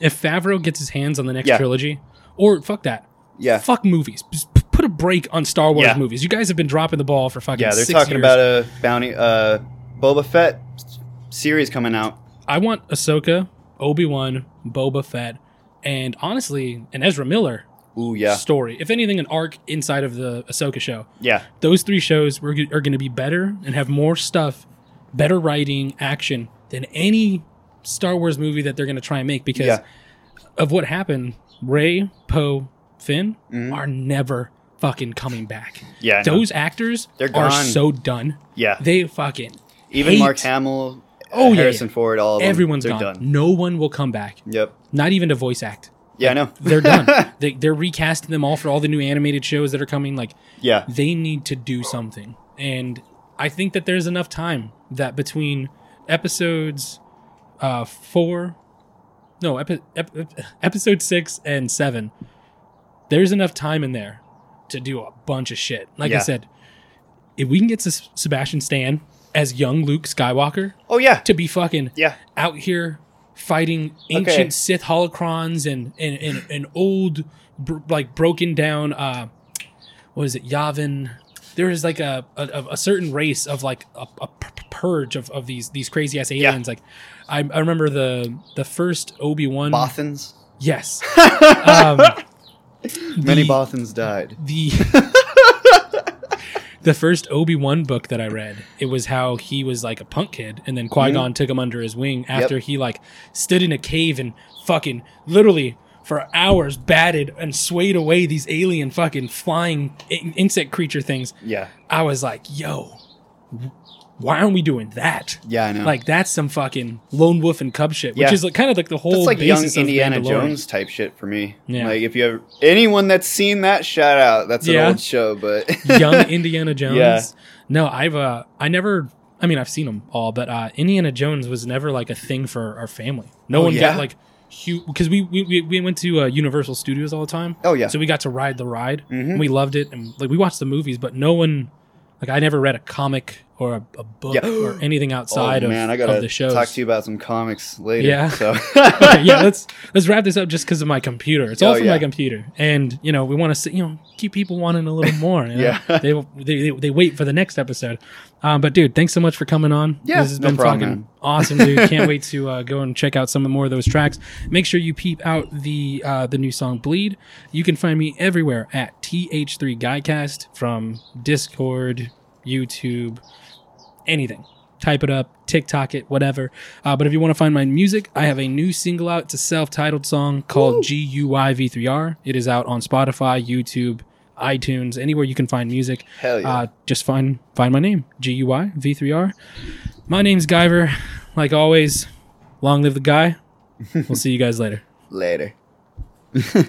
A: if Favreau gets his hands on the next
B: Yeah.
A: trilogy, or fuck that.
B: Yeah,
A: Fuck movies. Just p- put a break on Star Wars
B: Yeah.
A: movies. You guys have been dropping the ball for fucking.
B: yeah. They're
A: six
B: talking
A: years.
B: about a bounty, uh, Boba Fett s- series coming out.
A: I want Ahsoka, Obi Wan, Boba Fett, and honestly, an Ezra Miller
B: Ooh, yeah,
A: story. If anything, an arc inside of the Ahsoka show.
B: yeah,
A: those three shows were, are going to be better and have more stuff, better writing, action than any Star Wars movie that they're going to try and make because
B: Yeah.
A: of what happened. Ray, Poe, Finn
B: Mhm.
A: are never fucking coming back.
B: yeah. I know.
A: Those actors
B: They're
A: are
B: gone.
A: so done.
B: yeah.
A: They fucking
B: Even
A: hate-
B: Mark Hamill,
A: Oh,
B: oh
A: yeah,
B: Harrison Ford, all of them.
A: everyone's
B: they're
A: gone.
B: done.
A: No one will come back.
B: Yep.
A: not even to voice act.
B: Yeah, I know.
A: They're done. they, they're recasting them all for all the new animated shows that are coming. Like
B: Yeah.
A: they need to do something. And I think that there's enough time that between episodes uh, four, no, epi- ep- ep- episode six and seven, there's enough time in there to do a bunch of shit. Like I
B: Yeah.
A: said, if we can get S- Sebastian Stan as young Luke Skywalker
B: Oh yeah.
A: to be fucking
B: Yeah.
A: out here fighting ancient
B: Okay.
A: Sith holocrons and and and, and old br- like broken down uh what is it Yavin there is like a a, a certain race of like a, a p- purge of, of these these crazy ass aliens like I, I remember the the first Obi-Wan
B: Bothans.
A: yes um,
B: Many
A: the-
B: Bothans died.
A: the the first Obi Wan book that I read, it was how he was like a punk kid, and then Qui
B: Mm-hmm.
A: Gon took him under his wing after he like stood in a cave and fucking literally for hours batted and swayed away these alien fucking flying in- insect creature things.
B: Yeah.
A: I was like, yo, why aren't we doing that?
B: Yeah, I know.
A: Like that's some fucking lone wolf and cub shit, which
B: Yeah.
A: is like, kind of like the whole
B: That's like young
A: basis of
B: Indiana
A: Mandalorian.
B: Jones type shit for me.
A: Yeah.
B: Like if you have anyone that's seen that, shout out. That's an
A: Yeah.
B: old show, but
A: young Indiana Jones.
B: Yeah.
A: No, I've uh, I never. I mean, I've seen them all, but uh, Indiana Jones was never like a thing for our family. No
B: Oh,
A: one
B: yeah?
A: got like huge because we, we we- we went to uh, Universal Studios all the time.
B: Oh, yeah.
A: so we got to ride the ride.
B: Mhm.
A: And we loved it, and like we watched the movies, but no one like I never read a comic or a, a book
B: Yeah.
A: or anything outside
B: oh
A: of,
B: man, I gotta
A: of the shows.
B: talk to you about some comics later.
A: Yeah.
B: So
A: okay, yeah, let's let's wrap this up just because of my computer. It's all
B: Oh,
A: from
B: yeah.
A: my computer, and you know we want to you know keep people wanting a little more. you know?
B: Yeah.
A: they, they they they wait for the next episode. Um, but dude, thanks so much for coming on.
B: Yeah,
A: this has
B: no
A: been
B: problem,
A: fucking
B: man.
A: awesome, dude. Can't wait to uh, go and check out some more of those tracks. Make sure you peep out the uh, the new song "Bleed." You can find me everywhere at th3 guycast from Discord, YouTube, anything. Type it up, TikTok it, whatever. Uh, but if you want to find my music, I have a new single out. It's a self titled song called GUIV3R. It is out on Spotify, YouTube, iTunes, anywhere you can find music.
B: Hell yeah.
A: Uh, just find find my name, GUIV3R. My name's Guyver. Like always, long live the guy. we'll see you guys later.
B: later.